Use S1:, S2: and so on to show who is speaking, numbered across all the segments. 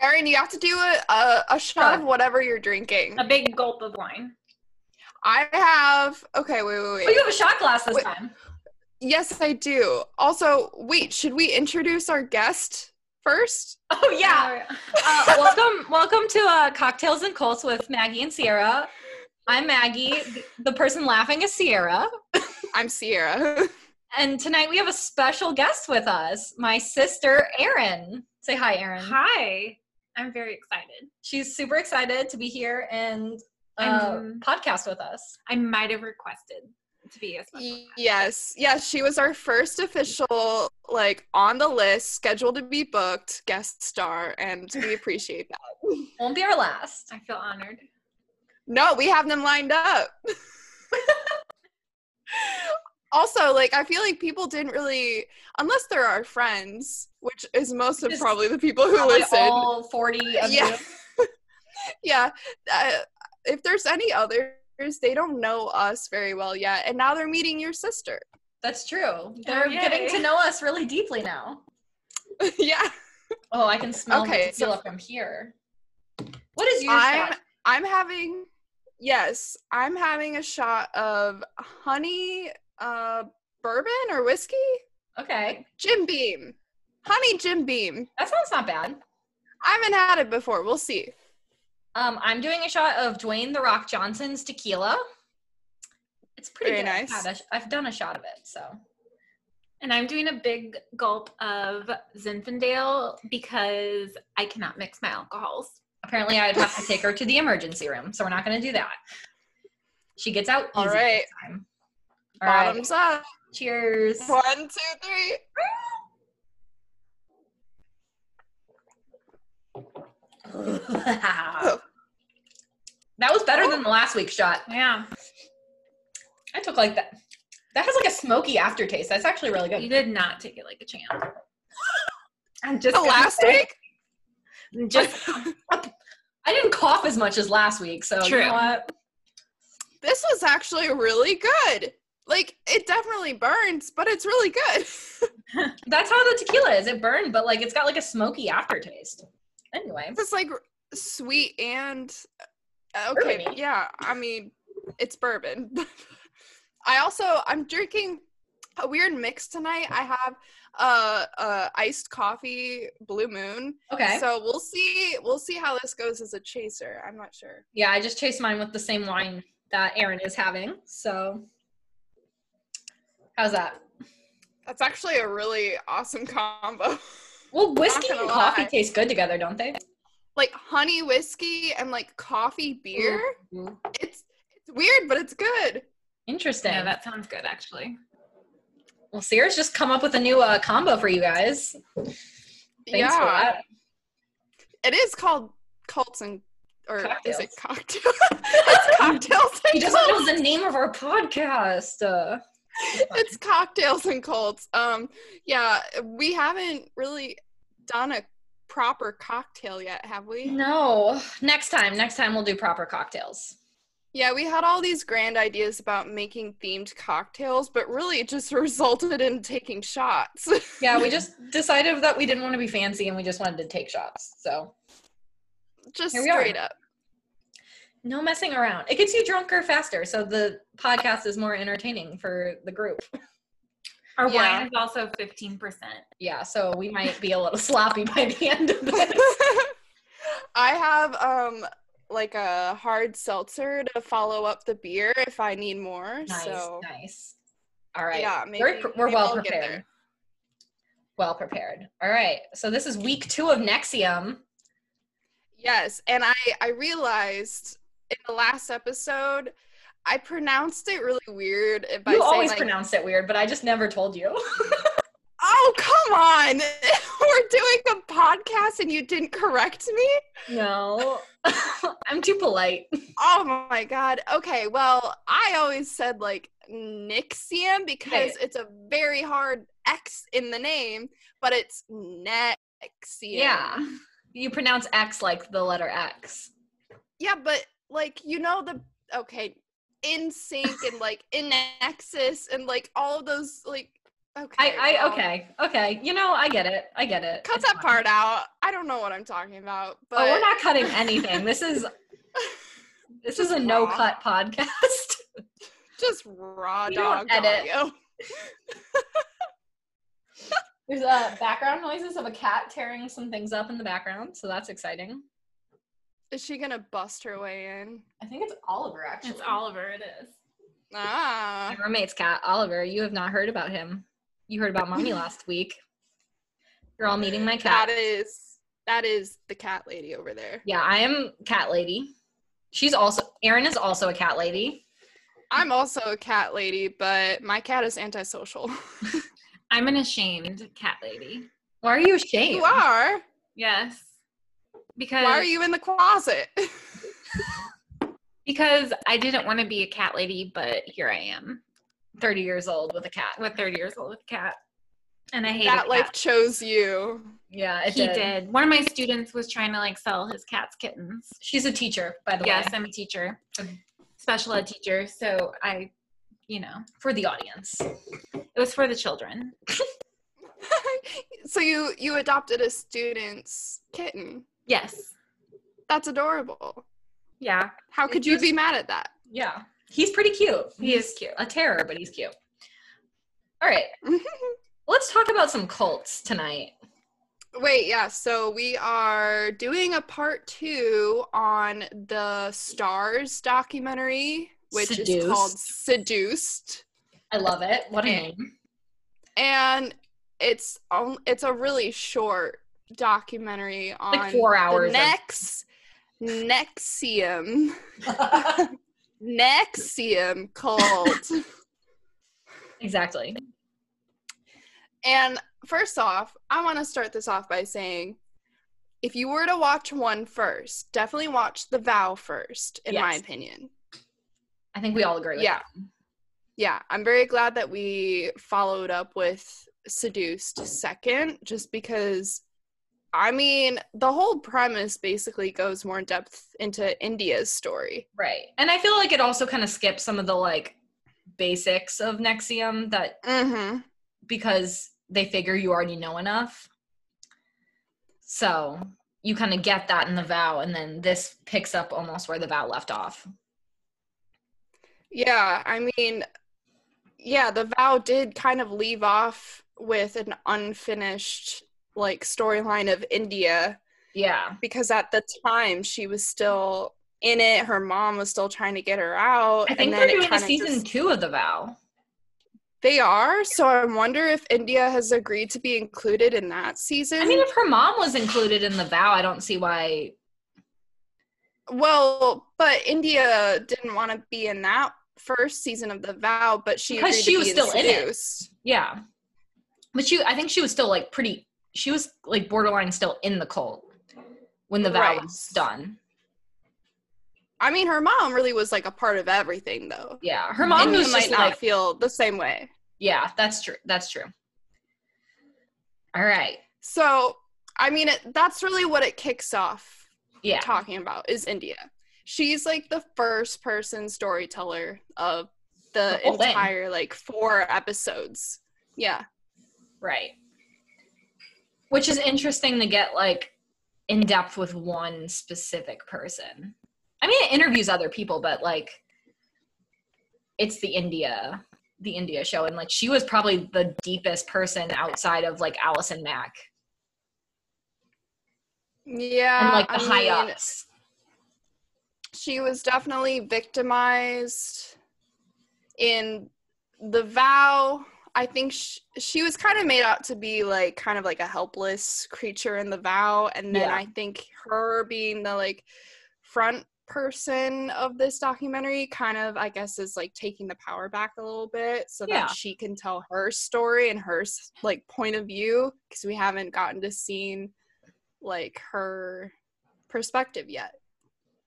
S1: Erin, you have to do a, a, a shot of whatever you're drinking.
S2: A big gulp of wine.
S1: I have. Okay, wait, wait,
S2: Oh, you
S1: wait.
S2: have a shot glass this
S1: Wait.
S2: time.
S1: Yes, I do. Also, wait, should we introduce our guest first?
S2: Oh yeah. Uh, welcome, welcome to uh, Cocktails and Colts with Maggie and Sierra. I'm Maggie. Th- The person laughing is Sierra.
S1: I'm Sierra.
S2: And tonight we have a special guest with us, my sister Erin. Say hi, Erin.
S3: Hi. I'm very excited.
S2: She's super excited to be here and uh,
S3: I'm-
S2: podcast with us.
S3: I might have requested to be a special.
S1: yes, yes, she was our first official, like on the list, scheduled to be booked guest star, and we appreciate that.
S2: Won't be our last.
S3: I feel honored.
S1: No, we have them lined up. also, like I feel like people didn't really, unless they're our friends, which is most of
S2: Just
S1: probably the people who
S2: Probably
S1: listen.
S2: all 40 of
S1: Yeah.
S2: you.
S1: yeah uh, if there's any others they don't know us very well yet and now they're meeting your sister
S2: That's true. They're
S3: Oh, yay.
S2: getting to know us really deeply now.
S1: yeah
S2: Oh, I can smell
S1: Okay,
S2: okay, tequila from here. What is your
S1: i'm
S2: shot?
S1: i'm having yes i'm having a shot of honey uh bourbon or whiskey
S2: Okay,
S1: jim beam honey jim beam
S2: that sounds not bad.
S1: i haven't had it before we'll see
S2: Um, I'm doing a shot of Dwayne the Rock Johnson's tequila. It's pretty
S1: Very
S2: good. I've
S1: nice.
S2: had a sh- I've done a shot of it, so
S3: And I'm doing a big gulp of Zinfandel because I cannot mix my alcohols.
S2: apparently I'd have to take her to the emergency room. So we're not going to do that. She gets out.
S1: All
S2: easy this
S1: right.
S2: time. All right.
S1: bottoms up
S2: Cheers.
S1: one two three
S2: that was better than the last week's shot.
S3: Yeah.
S2: I took like that. That has like a smoky aftertaste. That's actually really good.
S3: You did not take it like a champ.
S2: I'm just
S1: the
S2: gonna
S1: Oh, last
S2: say-
S1: week
S2: Just I didn't cough as much as last week, so you
S3: True.
S2: know what?
S1: this was actually really good like it definitely burns but it's really good
S2: That's how the tequila is. It burned, but like it's got like a smoky aftertaste. Anyway,
S1: It's like r- sweet and uh, okay,
S2: Bourbon-y.
S1: yeah. I mean, it's bourbon. I also I'm drinking a weird mix tonight. I have uh, uh iced coffee Blue Moon.
S2: okay.
S1: So we'll see we'll see how this goes as a chaser. I'm not sure.
S2: yeah, I just chased mine with the same wine that Aaron is having. So how's that?
S1: That's actually a really awesome combo.
S2: Well, whiskey
S1: gonna
S2: and coffee
S1: lie.
S2: taste good together, don't they?
S1: like honey whiskey and like coffee beer.
S3: Mm-hmm.
S2: Ooh.
S1: It's it's weird, but it's good.
S2: Interesting.
S3: Yeah, that sounds good actually.
S2: well, Sears just come up with a new uh, combo for you guys. Thanks for
S1: yeah.
S2: that.
S1: It is called cults and or is it
S2: Cocktails.
S1: cocktail? it's cocktails
S2: He
S1: and
S2: doesn't
S1: cults.
S2: know the name of our podcast. Uh,
S1: It's cocktails and cults. Um, yeah, we haven't really done a proper cocktail yet, have we?
S2: no. Next time, next time we'll do proper cocktails.
S1: Yeah, we had all these grand ideas about making themed cocktails, but really it just resulted in taking shots.
S2: Yeah, we just decided that we didn't want to be fancy and we just wanted to take shots. So
S1: just
S2: Here we are.
S1: straight up.
S2: no messing around. It gets you drunker faster, so the podcast is more entertaining for the group.
S3: Our
S1: Yeah.
S3: wine is also 15%.
S2: Yeah, so we might be a little sloppy by the end of this.
S1: I have um like a hard seltzer to follow up the beer if I need more.
S2: nice,
S1: so
S2: nice. All right.
S1: Yeah,
S2: we're,
S1: maybe-
S2: we're
S1: maybe
S2: well
S1: I'll get
S2: prepared.
S1: there.
S2: Well prepared. All right. So this is week two of Nexium.
S1: Yes, and I I realized in the last episode I pronounced it really weird by
S2: you
S1: saying
S2: always
S1: like,
S2: pronounce it weird, but I just never told you.
S1: "Oh, come on. We're doing a podcast and you didn't correct me?"
S2: no, I'm too polite.
S1: Oh my god. Okay, well, I always said like Nixium because it's a very hard X in the name, but it's Nexium.
S2: Yeah. You pronounce X like the letter X.
S1: Yeah, but like you know the okay, in sync and like in nexus and like all of those like Okay.
S2: I, I
S1: well,
S2: okay, okay. You know, I get it. I get it.
S1: Cut
S2: It's
S1: that
S2: fine.
S1: part out. I don't know what I'm talking about, but
S2: oh, we're not cutting anything. This is this is a no
S1: raw.
S2: cut podcast.
S1: just raw
S2: We
S1: dog
S2: don't edit.
S1: audio.
S2: There's uh, background noises of a cat tearing some things up in the background, so that's exciting.
S1: Is she gonna bust her way in?
S2: I think it's Oliver actually.
S3: It's Oliver, it is.
S2: My
S1: Ah,
S2: roommate's cat, Oliver. You have not heard about him. You heard about mommy last week. You're all meeting my cat.
S1: that is that is the cat lady over there.
S2: yeah, I am cat lady. She's also Erin is also a cat lady.
S1: I'm also a cat lady, but my cat is antisocial.
S3: I'm an ashamed cat lady.
S2: Why are you ashamed?
S1: you are.
S3: Yes. Because
S1: Why are you in the closet?
S3: because I didn't want to be a cat lady, but here I am.
S2: 30 years old with a cat.
S3: With 30 years old with a cat. And I hate
S1: that life chose you.
S2: Yeah, it
S3: He did. One of my students was trying to like sell his cat's kittens.
S2: She's a teacher, by the
S3: Yes,
S2: way,
S3: I'm a teacher,
S2: Okay.
S3: special ed teacher. So I, you know,
S2: for the audience.
S3: it was for the children.
S1: so you you adopted a student's kitten.
S3: Yes.
S1: That's adorable.
S3: Yeah.
S1: How
S2: It's
S1: could you
S2: just-
S1: be mad at that?
S2: Yeah. He's pretty cute.
S3: He is cute.
S2: A terror, but he's cute. All right. Let's talk about some cults tonight.
S1: Wait, yeah. So we are doing a part two on the Stars documentary, which is called Seduced,
S2: I love it. What a
S3: Okay.
S2: name.
S1: and it's on, it's a really short documentary on
S2: Like four hours.
S1: the
S2: of-
S1: next Nexium Nexium cult.
S2: exactly.
S1: And first off, I want to start this off by saying if you were to watch one first, definitely watch The Vow first, in my
S2: Yes.
S1: opinion.
S2: I think we all agree with
S1: Yeah. Yeah. I'm very glad that we followed up with Seduced second, just because, I mean, the whole premise basically goes more in depth into India's story.
S2: that. Right. And I feel like it also kind of skips some of the like basics of Nexium that Mm-hmm.
S1: Mm hmm.
S2: because they figure you already know enough. So you kind of get that in the vow, and then this picks up almost where the vow left off.
S1: Yeah, I mean, yeah, the vow did kind of leave off with an unfinished like storyline of India
S2: Yeah.
S1: because at the time she was still in it. Her mom was still trying to get her out.
S2: I
S1: and
S2: think
S1: then
S2: they're
S1: it
S2: doing a
S1: kinda
S2: season
S1: just-
S2: two of the vow.
S1: they are. So I wonder if India has agreed to be included in that season.
S2: I mean, if her mom was included in the vow, I don't see why.
S1: well, but India didn't want to be in that first season of the vow, but she
S2: Because
S1: agreed
S2: she
S1: to
S2: was
S1: be
S2: still in it.
S1: Seduced.
S2: Yeah. But she, I think she was still like pretty, she was like borderline still in the cult when the vow
S1: Right.
S2: was done.
S1: I mean, her mom really was like a part of everything, though.
S2: Yeah. Her mom
S1: and you
S2: was
S1: might
S2: just
S1: not
S2: like,
S1: feel the same way.
S2: yeah, that's true. That's true. All right.
S1: So, I mean, it, that's really what it kicks off
S2: Yeah.
S1: talking about is India. She's like the first person storyteller of
S2: The
S1: the,
S2: whole thing.
S1: entire like four episodes. Yeah.
S2: Right. Which is interesting to get like in depth with one specific person. I mean, it interviews other people, but like it's the India, the India show. And like she was probably the deepest person outside of like Allison Mack
S1: Yeah.
S2: and like the
S1: Uh, I
S2: high
S1: mean,
S2: ups.
S1: she was definitely victimized in the vow i think she, she was kind of made out to be like kind of like a helpless creature in the vow and then
S2: Yeah.
S1: i think her being the like front person of this documentary kind of i guess is like taking the power back a little bit so
S2: Yeah.
S1: that she can tell her story and her s- like point of view because we haven't gotten to seeing like her perspective yet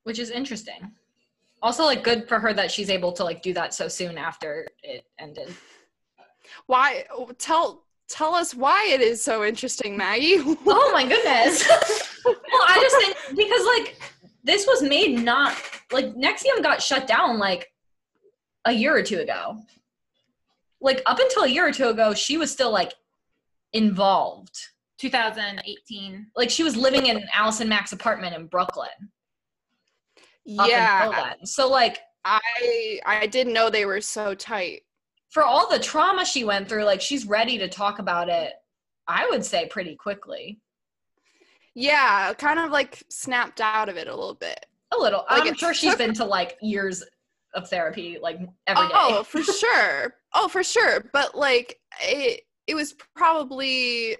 S2: which is interesting. Also, like good for her that she's able to like do that so soon after it ended.
S1: why tell tell us why it is so interesting maggie
S2: Oh my goodness. well, I just think because like this was made not like Nexium got shut down like a year or two ago. like up until a year or two ago, she was still like involved.
S3: 2018.
S2: Like she was living in Allison Mack's apartment in Brooklyn. up until
S1: yeah,
S2: then. So like
S1: I I didn't know they were so tight.
S2: for all the trauma she went through, like she's ready to talk about it, I would say pretty quickly.
S1: Yeah, kind of like snapped out of it a little bit.
S2: A little.
S1: Like,
S2: I'm
S1: it
S2: sure she's
S1: took-
S2: been to like years of therapy, like every day.
S1: Oh, for sure. Oh, for sure. But like it it was probably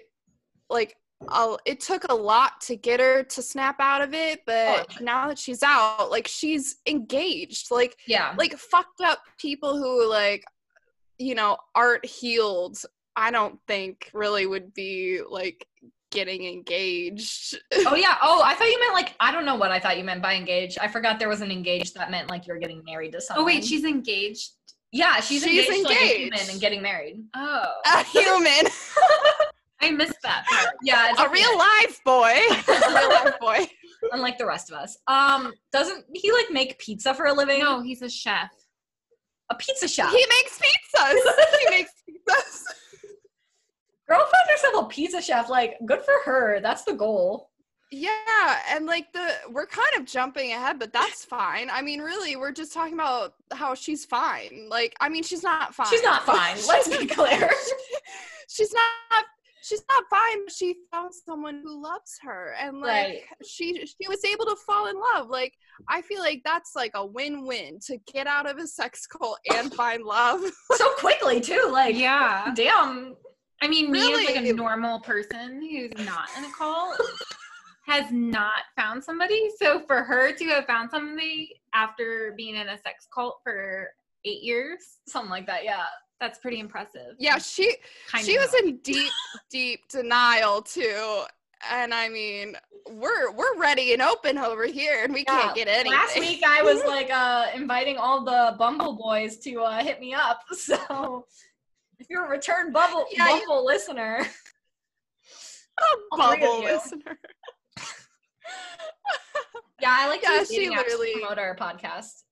S1: like a, it took a lot to get her to snap out of it, but
S2: Oh,
S1: now that she's out, like she's engaged. Like
S2: Yeah.
S1: like fucked up people who like you know aren't healed i don't think really would be like getting engaged
S2: Oh yeah. Oh, I thought you meant like I don't know what I thought you meant by engaged. I forgot there was an engaged that meant like you're getting married to someone.
S3: Oh wait, she's engaged.
S2: yeah, she's,
S1: She's
S2: engaged, to, like, a human
S1: engaged.
S2: and getting married.
S3: Oh,
S1: a human
S3: I missed that. Part.
S2: Yeah, it's
S1: a real life boy a real life boy
S2: unlike the rest of us. Um, doesn't he like make pizza for a living?
S3: No, he's a chef.
S2: a pizza shop.
S1: he makes pizzas he makes pizzas
S2: Girl found herself a pizza chef. Like, good for her. That's the goal.
S1: yeah and like the we're kind of jumping ahead but that's fine i mean really we're just talking about how she's fine like i mean she's not fine
S2: She's not fine. Let's be clear.
S1: she's not she's not fine but she found someone who loves her and like
S2: Right.
S1: she she was able to fall in love like i feel like that's like a win-win to get out of a sex cult and find love
S2: so quickly too. Like,
S3: yeah.
S2: damn.
S3: I mean, me as like
S1: Really?
S3: a normal person who's not in a cult has not found somebody. So for her to have found somebody after being in a sex cult for eight years,
S2: Something like that. Yeah.
S3: that's pretty impressive.
S1: yeah she
S3: Kind
S1: she
S3: of
S1: was in deep deep denial too and i mean we're we're ready and open over here and we can't
S2: Yeah,
S1: get anything
S2: Last week I was like uh, inviting all the Bumble boys to uh, hit me up. So if you're a return Bumble
S1: Yeah, you-
S2: Bumble listener,
S1: a
S2: all three of
S1: bubble
S2: you.
S1: listener
S2: yeah, I like
S1: Yeah,
S2: to use
S1: she
S2: dating apps to
S1: literally
S2: promote our podcast.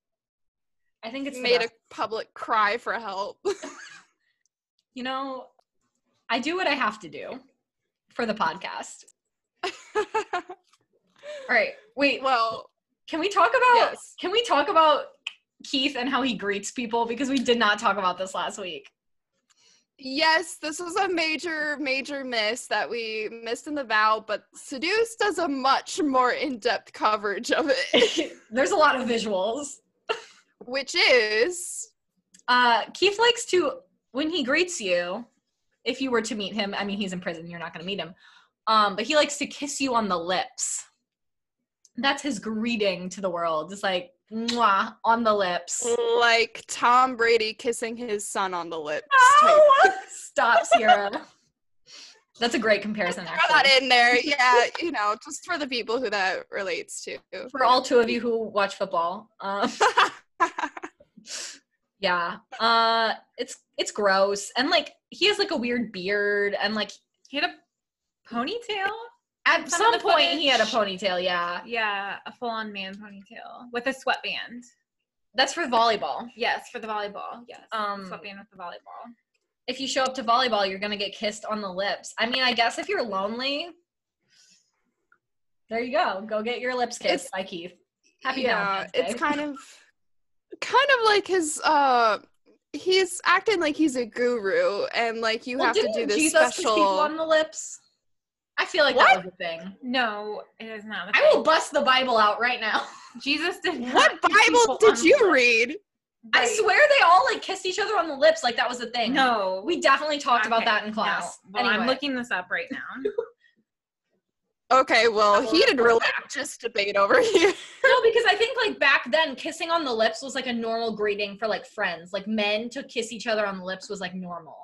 S2: I think it's the
S1: made
S2: best.
S1: a public cry for help
S2: you know, I do what I have to do for the podcast. All right, wait,
S1: well
S2: can we talk about
S1: Yes.
S2: can we talk about Keith and how he greets people because we did not talk about this last week.
S1: Yes, this was a major, major miss that we missed in the vow, but Seduce does a much more in depth coverage of it,
S2: There's a lot of visuals.
S1: which is
S2: Uh, Keith likes to when he greets you. If you were to meet him, I mean, he's in prison. You're not going to meet him. Um, but he likes to kiss you on the lips. That's his greeting to the world. It's like mwah on the lips.
S1: like Tom Brady kissing his son on the lips. type.
S2: No! Stop, Sierra. That's a great comparison,
S1: Throw that
S2: actually.
S1: in there. Yeah, you know, just for the people who that relates to.
S2: For all two of you who watch football, um, yeah, uh, it's it's gross, and like he has like a weird beard, and like
S3: He had a ponytail.
S2: at
S3: Some of
S2: some
S3: the
S2: point he had a
S3: footage-
S2: ponytail. Yeah,
S3: Yeah, a full-on man ponytail with a sweatband.
S2: That's for volleyball.
S3: Yes, for the volleyball. Yes,
S2: Um,
S3: sweatband with the volleyball.
S2: If you show up to volleyball, you're gonna get kissed on the lips. I mean, I guess if you're lonely, there you go. Go get your lips kissed
S1: It's-
S2: by Keith. Happy
S1: yeah,
S2: Valentine's Day.
S1: it's kind of kind of like his uh he's acting like he's a guru and like you
S2: Well,
S1: have to
S2: didn't
S1: do this
S2: Jesus kiss
S1: special
S2: people on the lips. I feel like that was a thing.
S3: No, it is not. the
S2: I will bust the Bible out right now.
S3: thing. Jesus did. not
S1: What
S3: kiss
S1: Bible
S3: people
S1: did
S3: on-
S1: you read?
S2: I
S3: Right.
S2: swear they all like kissed each other on the lips, like that was a thing.
S3: No,
S2: we definitely talked about
S3: Okay,
S2: that in
S3: no.
S2: class.
S3: Well, I'm
S2: Anyway.
S3: looking this up right now.
S1: Okay, well,
S2: Well,
S1: he did
S2: we're
S1: really just debate over here.
S2: No, because I think like back then, kissing on the lips was like a normal greeting for like friends. Like men to kiss each other on the lips was like normal.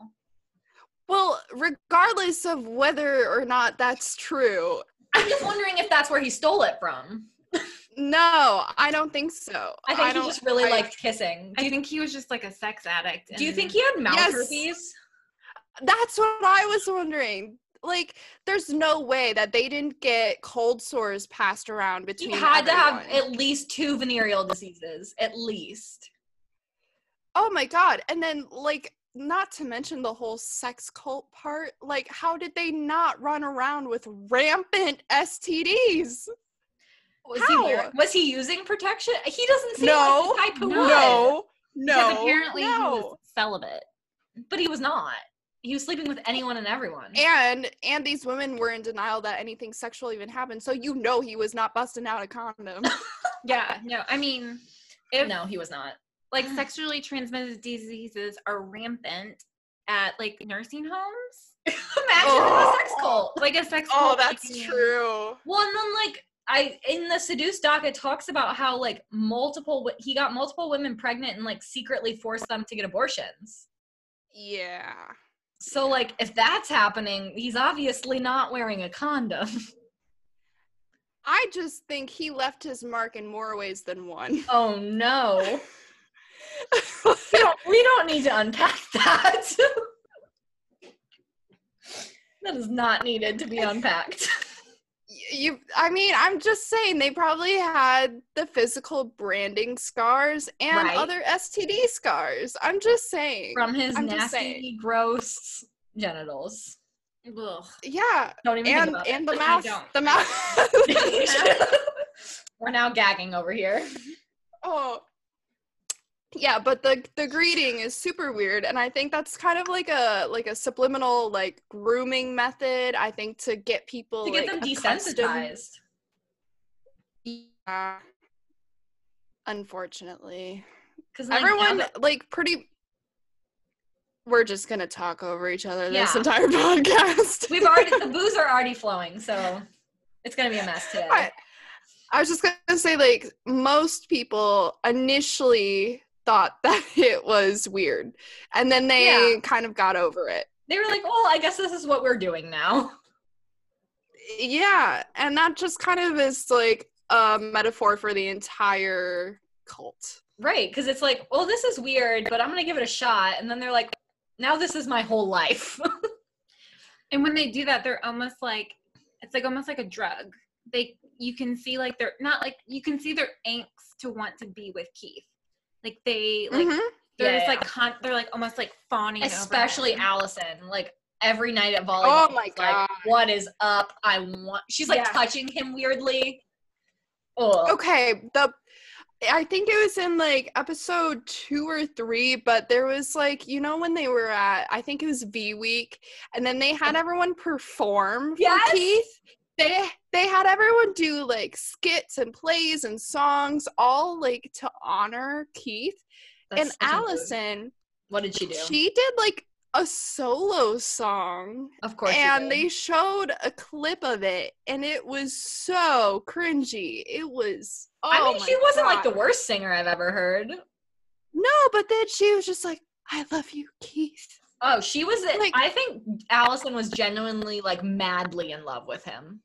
S1: Well, regardless of whether or not that's true,
S2: I'm just wondering if that's where he stole it from.
S1: no, I don't think so.
S2: I think he
S1: don't-
S2: just really
S1: I-
S2: liked kissing. Do
S3: I
S2: you,
S3: think he was just like a sex addict.
S2: do you
S3: and-
S2: think he had mouth
S1: Yes.
S2: herpes?
S1: That's what I was wondering. Like, there's no way that they didn't get cold sores passed around
S2: He
S1: between.
S2: had to have
S1: everyone.
S2: at least two venereal diseases, at least.
S1: Oh my god! And then like not to mention the whole sex cult part. Like, how did they not run around with rampant STDs?
S2: Was
S1: How?
S2: he wearing, was he using protection? He doesn't seem
S1: No,
S2: like the type who
S3: No.
S2: would.
S1: No,
S3: Because
S1: no,
S3: apparently
S1: no.
S3: he was celibate.
S2: But he was not. He was sleeping with anyone and everyone.
S1: and and these women were in denial that anything sexual even happened. So you know he was not busting out a condom.
S3: Yeah, Mm. no, I mean, if
S2: no, he was not.
S3: like sexually transmitted diseases are rampant at like nursing homes,
S2: Imagine
S1: Oh.
S2: a sex cult.
S3: like a sex.
S1: oh,
S3: cult
S1: that's
S3: being-
S1: true.
S2: Well, and then like I in the seduced doc, it talks about how like multiple wo- he got multiple women pregnant and like secretly forced them to get abortions.
S1: Yeah.
S2: So like if that's happening, he's obviously not wearing a condom.
S1: I just think he left his mark in more ways than one.
S2: Oh no. we, don't, we don't need to unpack that. that is not needed to be unpacked.
S1: you i mean i'm just saying they probably had the physical branding scars and
S2: Right.
S1: other std scars i'm just saying
S2: From his
S1: I'm just
S2: nasty,
S1: saying.
S2: gross genitals.
S3: Ugh.
S1: yeah
S2: Don't even
S1: and
S2: think about
S1: and the
S3: I
S1: mouth
S3: don't.
S1: the mouth
S2: it. We're now gagging over here.
S1: oh yeah but the the greeting is super weird and i think that's kind of like a like a subliminal like grooming method i think to get people
S2: to get
S1: like,
S2: them
S1: accustomed-
S2: desensitized.
S1: yeah. unfortunately
S2: Because
S1: everyone like pretty we're just gonna talk over each other this
S2: Yeah.
S1: entire podcast
S2: we've already the booze are already flowing, so it's gonna be a mess today.
S1: I, I was just gonna say like most people initially thought that it was weird and then they kind of got over it
S2: They were like, "Well, I guess this is what we're doing now."
S1: yeah and that just kind of is like a metaphor for the entire cult
S2: Right, because it's like, well, this is weird, but I'm gonna give it a shot. And then they're like, now this is my whole life.
S3: And when they do that, they're almost like it's like almost like a drug. They you can see like they're not like you can see their angst to want to be with Keith. Like they like
S2: Mm-hmm.
S1: Mhm.
S3: they're
S2: Yeah,
S3: just
S2: yeah.
S3: like con- they're like almost like fawning over
S2: Especially
S3: him.
S2: Allison. Like every night at volleyball.
S1: Oh my
S2: she's like,
S1: God.
S2: what is up? I want she's like
S3: Yeah.
S2: touching him weirdly. Oh
S1: okay the i think it was in like episode two or three but there was like you know when they were at i think it was v week and then they had everyone perform
S2: Yes!
S1: for keith they they had everyone do like skits and plays and songs all like to honor keith
S2: that's
S1: and
S2: such a mood.
S1: allison
S2: What did she do?
S1: she did like a solo song
S2: of course. she
S1: and
S2: did.
S1: they showed a clip of it and it was so cringy it was oh
S2: I mean,
S1: my
S2: she wasn't like the
S1: God.
S2: worst singer I've ever heard.
S1: no but then she was just like i love you keith
S2: Oh, she was.
S1: Like-
S2: I think Allison was genuinely like madly in love with him.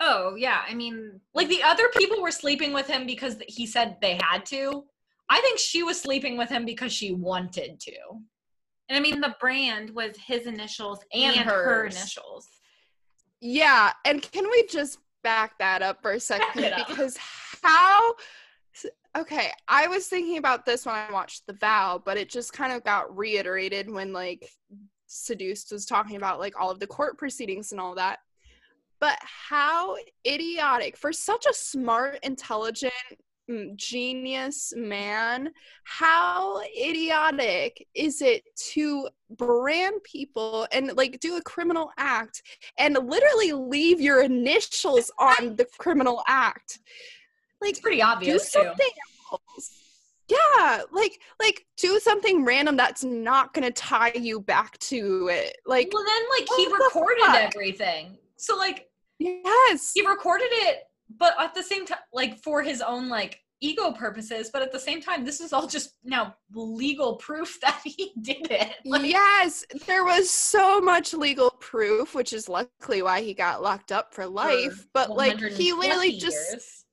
S3: Oh yeah, I mean
S2: Like the other people were sleeping with him because he said they had to. I think she was sleeping with him because she wanted to.
S3: and I mean the brand was his initials
S2: And
S3: and, her
S2: hers.
S3: initials.
S1: yeah and can we just back that up for a
S2: it
S1: second
S2: up.
S1: because how okay i was thinking about this when i watched the vow but it just kind of got reiterated when like seduced was talking about like all of the court proceedings and all that but how idiotic for such a smart intelligent mm, genius man how idiotic is it to brand people and like do a criminal act and literally leave your initials on the criminal act
S2: It's pretty
S1: do
S2: obvious too.
S1: something else yeah like like do something random that's not gonna tie you back to it like
S2: well, then like he
S1: what the
S2: recorded
S1: fuck?
S2: everything. So like
S1: yes
S2: he recorded it, but at the same time, like for his own like ego purposes. But at the same time, this is all just now legal proof that he did it. Like,
S1: yes, there was so much legal proof, which is luckily why he got locked up for life. but like, he literally just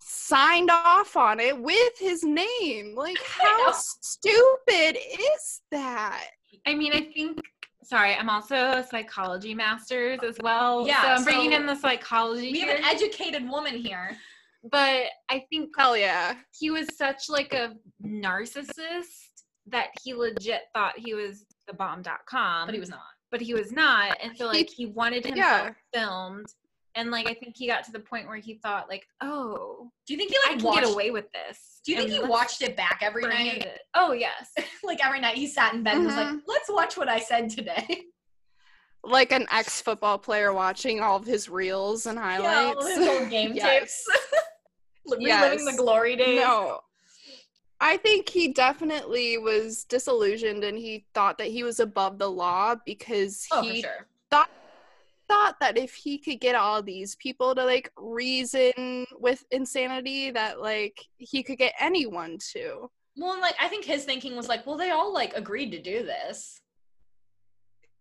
S1: signed off on it with his name. Like,
S2: know.
S1: how stupid is that?
S3: I mean, I think. Sorry, I'm also a psychology master's as well.
S2: Yeah,
S3: so I'm bringing
S2: so
S3: in the psychology
S2: we have
S3: here.
S2: an educated woman here.
S3: but I think
S1: Hell yeah.
S3: he was such like a narcissist that he legit thought he was the bomb.com
S2: Um, but he was not.
S3: but he was not and so like he wanted himself
S1: Yeah.
S3: filmed and like i think he got to the point where he thought like oh
S2: Do you think he
S3: i
S2: like
S3: can
S2: watched?
S3: get away with this
S2: do you think
S3: and
S2: he
S3: let's
S2: watched it back every
S3: brand
S2: night?
S3: it." oh yes
S2: like every night he sat in bed and was like,
S1: Mhm.
S2: "Let's watch what I said today."
S1: like an ex football player watching all of his reels and
S2: Yeah,
S1: highlights.
S2: all his old game
S1: Yes.
S2: tapes. Reliving the
S1: Yes.
S2: glory days.
S1: No.
S2: Oh,
S1: I think he definitely was disillusioned and he thought that he was above the law because
S2: Oh, for
S1: he
S2: sure.
S1: thought that if he could get all these people to like reason with insanity that like he could get anyone to.
S2: Well, and like I think his thinking was like, well, they all like agreed to do this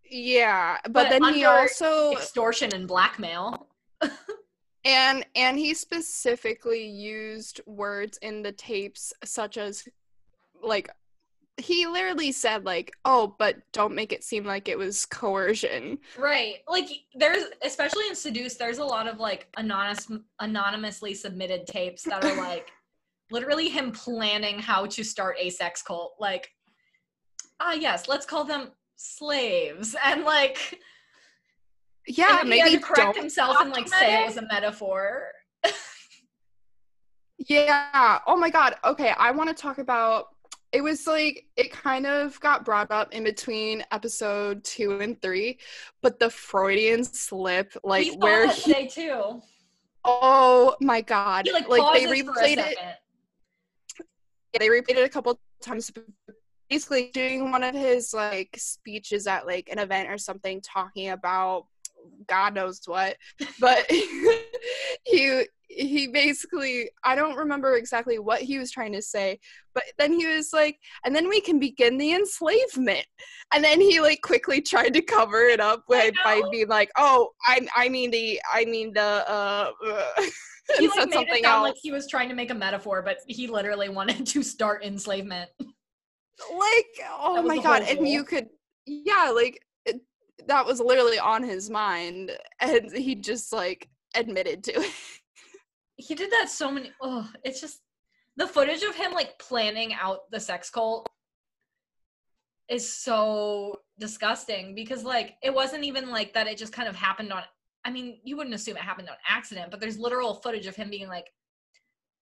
S1: Yeah, but,
S2: But
S1: then he
S2: under
S1: also
S2: extortion and blackmail.
S1: and and he specifically used words in the tapes such as like he literally said like, "Oh, but don't make it seem like it was coercion."
S2: Right. Like there's especially in Seduce, there's a lot of like anonymous anonymously submitted tapes that are like literally him planning how to start a sex cult. Like, ah yes, let's call them slaves. And like and
S1: Yeah,
S2: then he
S1: maybe
S2: had to correct
S1: don't.
S2: himself and like say it
S3: document
S2: was a metaphor.
S1: Yeah. Oh my god. Okay, I want to talk about it was like it kind of got brought up in between episode 2 and 3, but the Freudian slip like
S2: we saw
S1: where
S2: that
S1: he
S2: today too.
S1: oh my god.
S2: He like,
S1: they
S2: pauses for a
S1: replayed it
S2: second.
S1: yeah, they replayed it a couple times but basically doing one of his like speeches at like an event or something talking about god knows what but he he basically i don't remember exactly what he was trying to say but then he was like and then we can begin the enslavement and then he like quickly tried to cover it up by, by
S2: know.
S1: being like oh i i mean the i mean the uh, uh
S2: He
S1: and
S2: like
S1: said
S2: made it
S1: something
S2: sound
S1: else
S2: like he was trying to make a metaphor, but he literally wanted to start enslavement.
S1: like oh
S2: was
S1: my
S2: the
S1: god
S2: whole
S1: and you
S2: goal.
S1: could yeah like it, that was literally on his mind and he just like admitted to it
S2: he did that so many oh it's just the footage of him like planning out the sex cult is so disgusting because like it wasn't even like that it just kind of happened on i mean you wouldn't assume it happened on accident but there's literal footage of him being like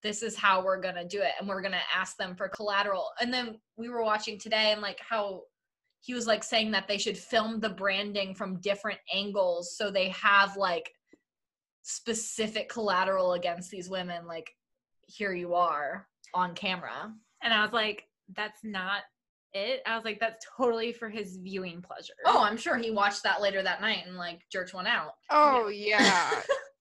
S2: this is how we're gonna do it and we're gonna ask them for collateral and then we were watching today and like how he was like saying that they should film the branding from different angles so they have like specific collateral against these women like here you are on camera
S3: and i was like that's not it i was like that's totally for his viewing pleasure
S2: oh i'm sure he watched that later that night and like jerked one out
S1: oh yeah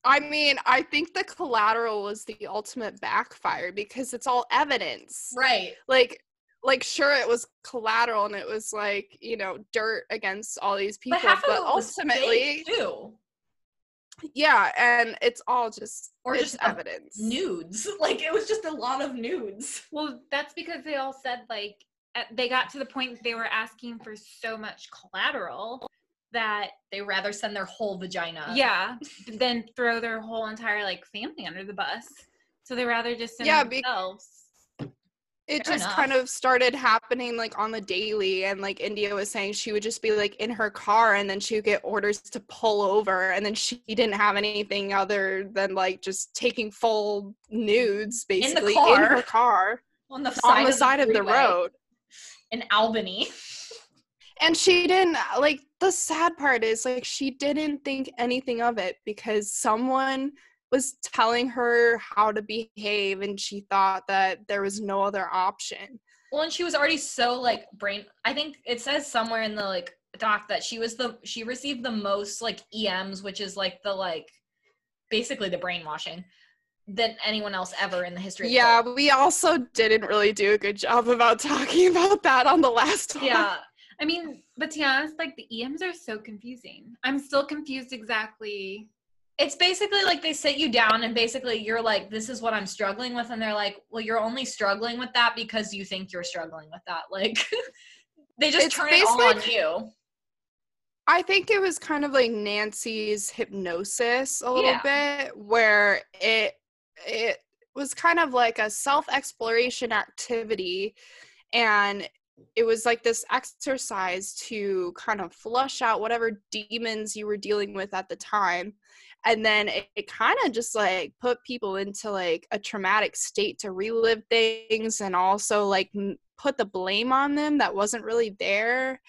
S1: i mean i think the collateral was the ultimate backfire because it's all evidence
S2: right
S1: like like sure it was collateral and it was like you know dirt against all these people
S2: but half of
S1: but
S2: it was
S1: ultimately
S2: fake, too
S1: yeah and it's all just
S2: Or
S1: it's
S2: just a
S1: evidence
S2: nudes like it was just a lot of nudes
S3: Well, that's because they all said like at- they got to the point they were asking for so much collateral that
S2: they rather send their whole vagina
S3: yeah, then throw their whole entire like family under the bus. So they rather just send
S1: Yeah, be-
S3: themselves.
S1: it
S2: Fair
S1: just
S2: enough.
S1: kind of started happening like on the daily and like india was saying she would just be like in her car and then she would get orders to pull over and then she didn't have anything other than like just taking full nudes basically in,
S2: car.
S1: her car
S2: on the
S1: on the side of the
S2: freeway
S1: road
S2: in albany
S1: and she didn't like the sad part is like she didn't think anything of it because someone was telling her how to behave and she thought that there was no other option
S2: Well, and she was already so like brain. I think it says somewhere in the like doc that she was the she received the most like EMs, which is like the like basically the brainwashing than anyone else ever in the history. Of the
S1: Yeah,
S2: world.
S1: we also didn't really do a good job about talking about that on the last one.
S2: yeah.
S3: I mean, but to be honest, like the EMs are so confusing. I'm still confused exactly.
S2: It's basically like they sit you down and basically you're like, "This is what I'm struggling with," and they're like, "Well, you're only struggling with that because you think you're struggling with that." Like, they just
S1: It's
S2: turn it all on
S1: basically-
S2: you.
S1: I think it was kind of like Nancy's hypnosis a little bit where it it was kind of like a self-exploration activity and it was like this exercise to kind of flush out whatever demons you were dealing with at the time and then it, it kind of just like put people into like a traumatic state to relive things and also like m- put the blame on them that wasn't really there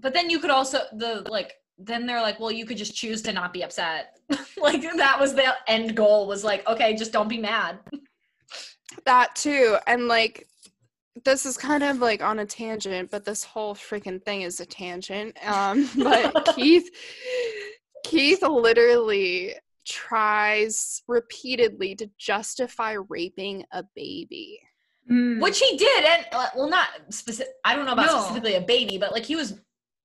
S2: But then you could also the like then they're like, well, you could just choose to not be upset. like that was the end goal was like, okay, just don't be mad.
S1: that too and like this is kind of like on a tangent but this whole freaking thing is a tangent um but keith keith literally tries repeatedly to justify raping a baby Mm.
S2: Which he did, and uh, well, not specific. I don't know about
S3: Hmm. No.
S2: specifically a baby, but like he was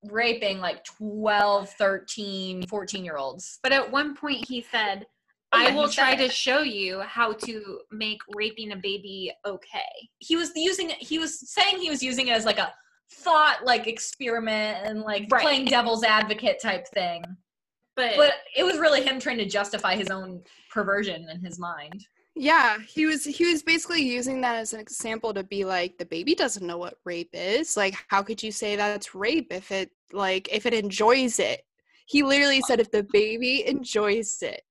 S2: raping like 12, 13, 14 year olds.
S3: But at one point he said,
S2: Yeah,
S3: I
S2: he
S3: will
S2: said
S3: try
S2: it.
S3: to show you how to make raping a baby okay.
S2: He was using it, he was saying he was using it as like a thought like experiment and like
S3: Right.
S2: playing devil's advocate type thing.
S3: But,
S2: But it was really him trying to justify his own perversion in his mind.
S1: yeah he was he was basically using that as an example to be like the baby doesn't know what rape is like how could you say that it's rape if it like if it enjoys it he literally said if the baby enjoys it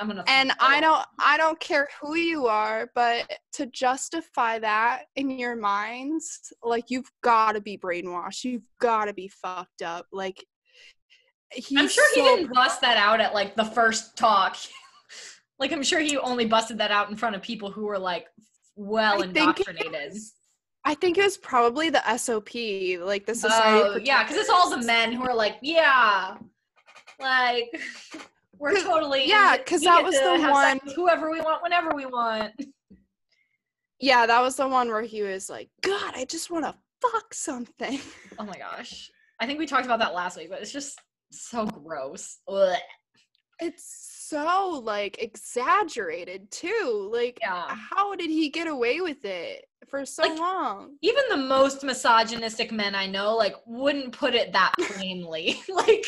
S2: I'm gonna
S1: and i don't i don't care who you are but to justify that in your minds like you've got to be brainwashed you've got to be fucked up like he's
S2: I'm sure he
S1: so
S2: didn't bust that out at like the first talk. like I'm sure he only busted that out in front of people who were like well
S1: I think it
S2: indoctrinated.
S1: was- i think it was probably the sop like the society
S2: Oh, yeah, because it's all the men who are like, yeah, like we're
S1: 'Cause-
S2: totally
S1: yeah,
S2: we
S1: 'cause
S2: get
S1: that was
S2: to
S1: the
S2: have sex
S1: one-
S2: with whoever we want, whenever we want.
S1: yeah that was the one where he was like god i just want to fuck something
S2: Oh my gosh, I think we talked about that last week, but it's just so gross. Ugh.
S1: it's so like exaggerated too like
S2: Yeah.
S1: how did he get away with it for so
S2: Like,
S1: long
S2: even the most misogynistic men I know, like, wouldn't put it that plainly. like,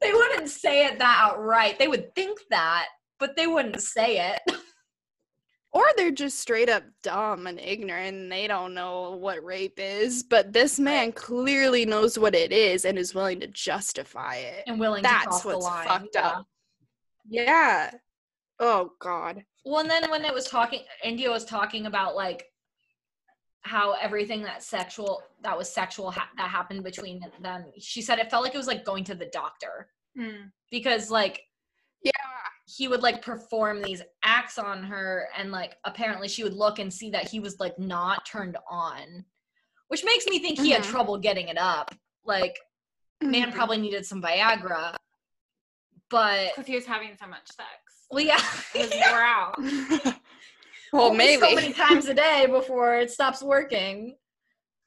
S2: they wouldn't say it that outright. They would think that, but they wouldn't say it.
S1: Or they're just straight up dumb and ignorant and they don't know what rape is, but this man clearly knows what it is and is willing to justify it.
S2: And willing
S1: That's
S2: to cross the
S1: what's
S2: line.
S1: fucked
S2: Yeah.
S1: up. Yeah. Oh god.
S2: Well, and then when it was talking, India was talking about like how everything that sexual that was sexual ha- that happened between them. She said it felt like it was like going to the doctor
S3: Mm.
S2: because like
S1: Yeah.
S2: he would like perform these acts on her and like apparently she would look and see that he was like not turned on which makes me think he had
S1: Mhm.
S2: trouble getting it up like
S1: Mm-hmm. Mm.
S2: man probably needed some viagra but
S3: 'Cause he was having so much sex.
S2: well yeah
S3: It was wore out.
S1: well,
S2: Only
S1: maybe.
S2: so many times a day before it stops working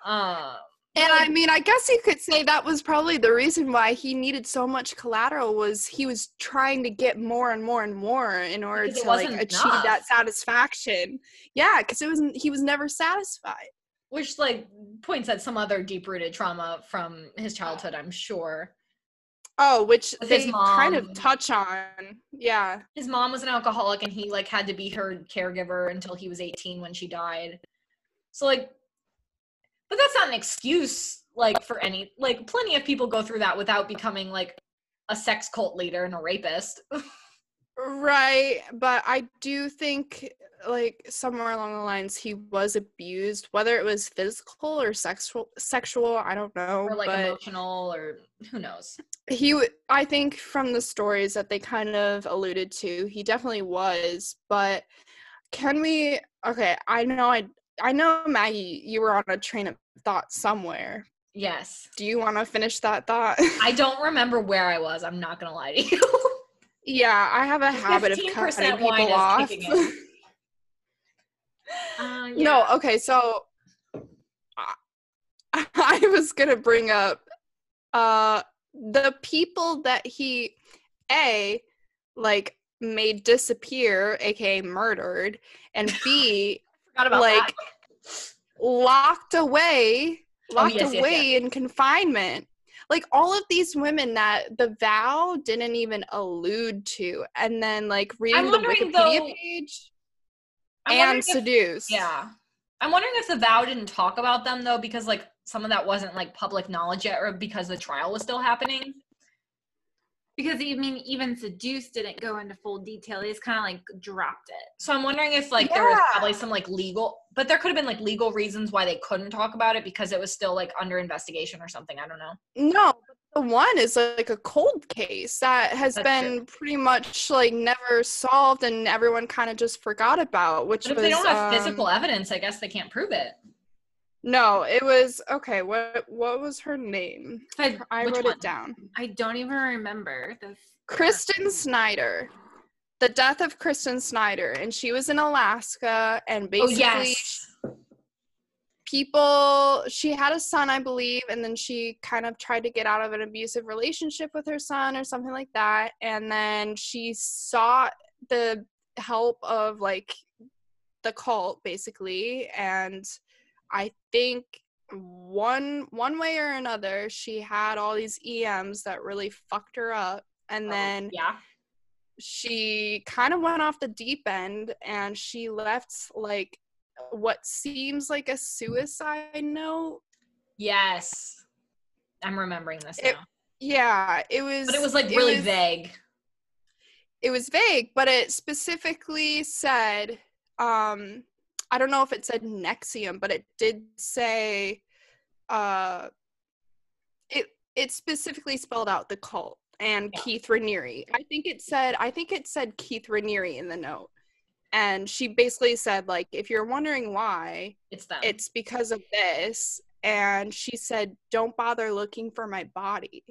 S2: uh
S1: and I mean, I guess you could say that was probably the reason why he needed so much collateral was he was trying to get more and more and more in order
S2: Because it
S1: to like
S2: wasn't
S1: achieve
S2: enough.
S1: that satisfaction. Yeah, cuz it was not he was never satisfied.
S2: which like points at some other deep-rooted trauma from his childhood i'm sure
S1: Oh, which
S2: With his
S1: they kind
S2: mom.
S1: of touch on. Yeah.
S2: his mom was an alcoholic and he like had to be her caregiver until he was 18 when she died so like but that's not an excuse like for any like plenty of people go through that without becoming like a sex cult leader and a rapist
S1: Right. But I do think, like, somewhere along the lines, he was abused, whether it was physical or sexual, sexual, I don't know.
S2: or like
S1: Oh, but
S2: emotional or who knows
S1: he, w- I think from the stories that they kind of alluded to, he definitely was. But can we, okay, I know, I, I know, Maggie, you were on a train of thought somewhere.
S2: yes
S1: Do you want to finish that thought?
S2: i don't remember where i was i'm not gonna lie to you
S1: Yeah, I have a habit of cutting
S2: 15%
S1: people
S2: wine is
S1: off.
S2: kicking in.
S3: Uh,
S1: No,
S3: yeah.
S1: okay, so I, I was gonna bring up uh the people that he a like made disappear, aka murdered, and b
S2: forgot about
S1: like
S2: that
S1: locked away, locked
S2: Oh, yes, yes,
S1: away in confinement. Like all of these women that the vow didn't even allude to, and then like reading the Wikipedia
S2: wondering, though-
S1: page
S2: I'm wondering
S1: and
S2: if-
S1: seduce.
S2: yeah I'm wondering if the vow didn't talk about them though, because like some of that wasn't like public knowledge yet, or because the trial was still happening.
S3: Because I mean, even seduced didn't go into full detail. He just kind of like dropped it.
S2: So I'm wondering if like there was
S1: Yeah.
S2: probably some like legal, but there could have been like legal reasons why they couldn't talk about it because it was still like under investigation or something. I don't know.
S1: No, but the one is like a cold case that has
S2: That's
S1: been pretty much like never solved, and everyone kind of just forgot about. Which
S2: But if
S1: was,
S2: they don't
S1: um,
S2: have physical evidence, I guess they can't prove it.
S1: No, it was okay. What what was her name?
S3: But
S1: I
S2: Which
S1: wrote
S2: one?
S1: it down.
S3: I don't even remember this.
S1: Kristen Snyder. The death of Kristen Snyder, and she was in Alaska, and
S2: Oh
S1: basically
S2: yes,
S1: people she had a son i believe and then she kind of tried to get out of an abusive relationship with her son or something like that and then she sought the help of like the cult basically and i think one one way or another she had all these ems that really fucked her up and then
S2: Oh, yeah.
S1: she kind of went off the deep end and she left like what seems like a suicide note.
S2: Yes. I'm remembering this
S1: It-
S2: now.
S1: Yeah, it was
S2: But it was like really
S1: was-
S2: vague.
S1: It was vague, but it specifically said um I don't know if it said Nexium, but it did say uh it it specifically spelled out the cult and
S2: Yeah.
S1: Keith Raniere. I think it said I think it said Keith Raniere in the note. And she basically said like if you're wondering why,
S2: It's them.
S1: it's because of this and she said don't bother looking for my body.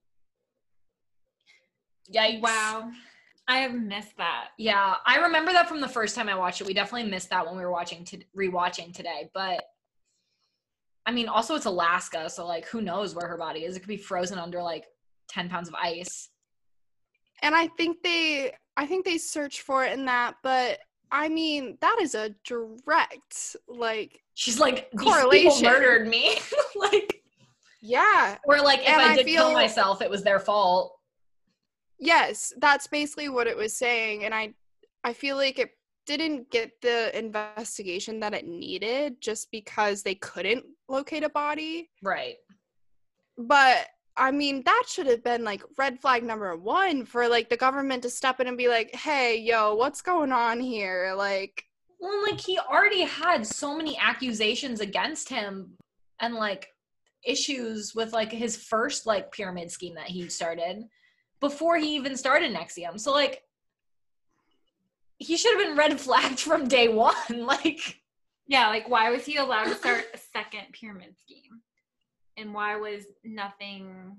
S2: Yikes.
S3: Wow. I have missed that.
S2: Yeah, I remember that from the first time I watched it. We definitely missed that when we were watching to rewatching today, but I mean, also it's Alaska, so like who knows where her body is? It could be frozen under like 10 pounds of ice.
S1: And I think they I think they search for it in that, but I mean that is a direct like
S2: She's like these people
S1: Correlation.
S2: murdered me. like
S1: yeah,
S2: or like if
S1: And
S2: I
S1: I
S2: did kill
S1: feel-
S2: myself, it was their fault.
S1: yes, that's basically what it was saying and I I feel like it didn't get the investigation that it needed just because they couldn't locate a body,
S2: Right.
S1: but I mean that should have been like red flag number 1 for like the government to step in and be like, "Hey, yo, what's going on here?" like
S2: Well, and, like he already had so many accusations against him and like issues with like his first like pyramid scheme that he started before he even started Nexium. So like he should have been red flagged from day one. like
S3: Yeah, like why was he allowed to start a second pyramid scheme? And why was nothing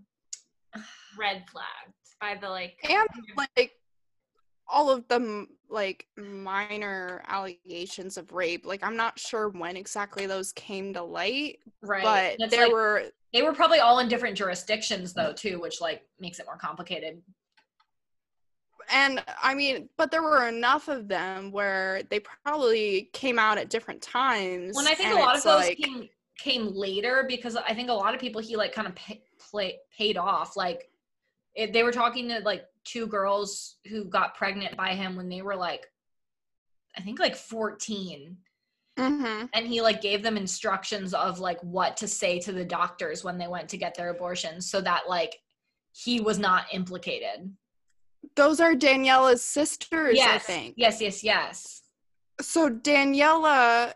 S3: red flagged by the like
S1: and like all of them like minor allegations of rape like i'm not sure when exactly those came to light
S2: right.
S1: but
S2: That's,
S1: there
S2: like,
S1: were
S2: they were probably all in different jurisdictions though too, which like makes it more complicated.
S1: and i mean but there were enough of them where they probably came out at different times
S2: When I think a
S1: and
S2: lot of
S1: it's
S2: those
S1: like-
S2: came came later because I think a lot of people he like kind of pay, play, paid off. Like it, they were talking to like two girls who got pregnant by him when they were like, I think like fourteen,
S1: Mhm.
S2: and he like gave them instructions of like what to say to the doctors when they went to get their abortions so that like he was not implicated.
S1: those are daniela's sisters i
S2: yes,
S1: think
S2: yes, yes, yes.
S1: so daniela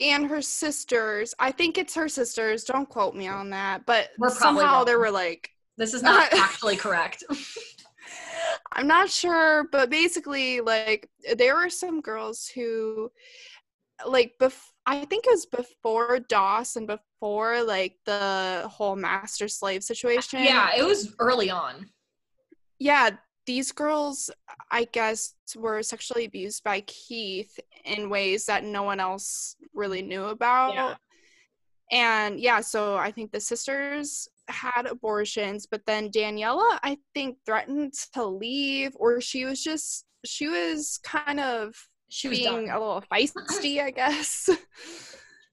S1: and her sisters i think it's her sisters don't quote me on that but
S2: We're probably
S1: somehow
S2: wrong.
S1: there were like
S2: This is not actually correct.
S1: I'm not sure, but basically, like, there were some girls who, like, bef- I think it was before DOS and before, like, the whole master slave situation.
S2: yeah, it was early on.
S1: Yeah. These girls, I guess, were sexually abused by Keith in ways that no one else really knew about.
S2: Yeah.
S1: And yeah, so I think the sisters had abortions, but then Daniela, I think, threatened to leave, or she was just, she was kind of
S2: She was
S1: being
S2: done.
S1: a little feisty, I guess.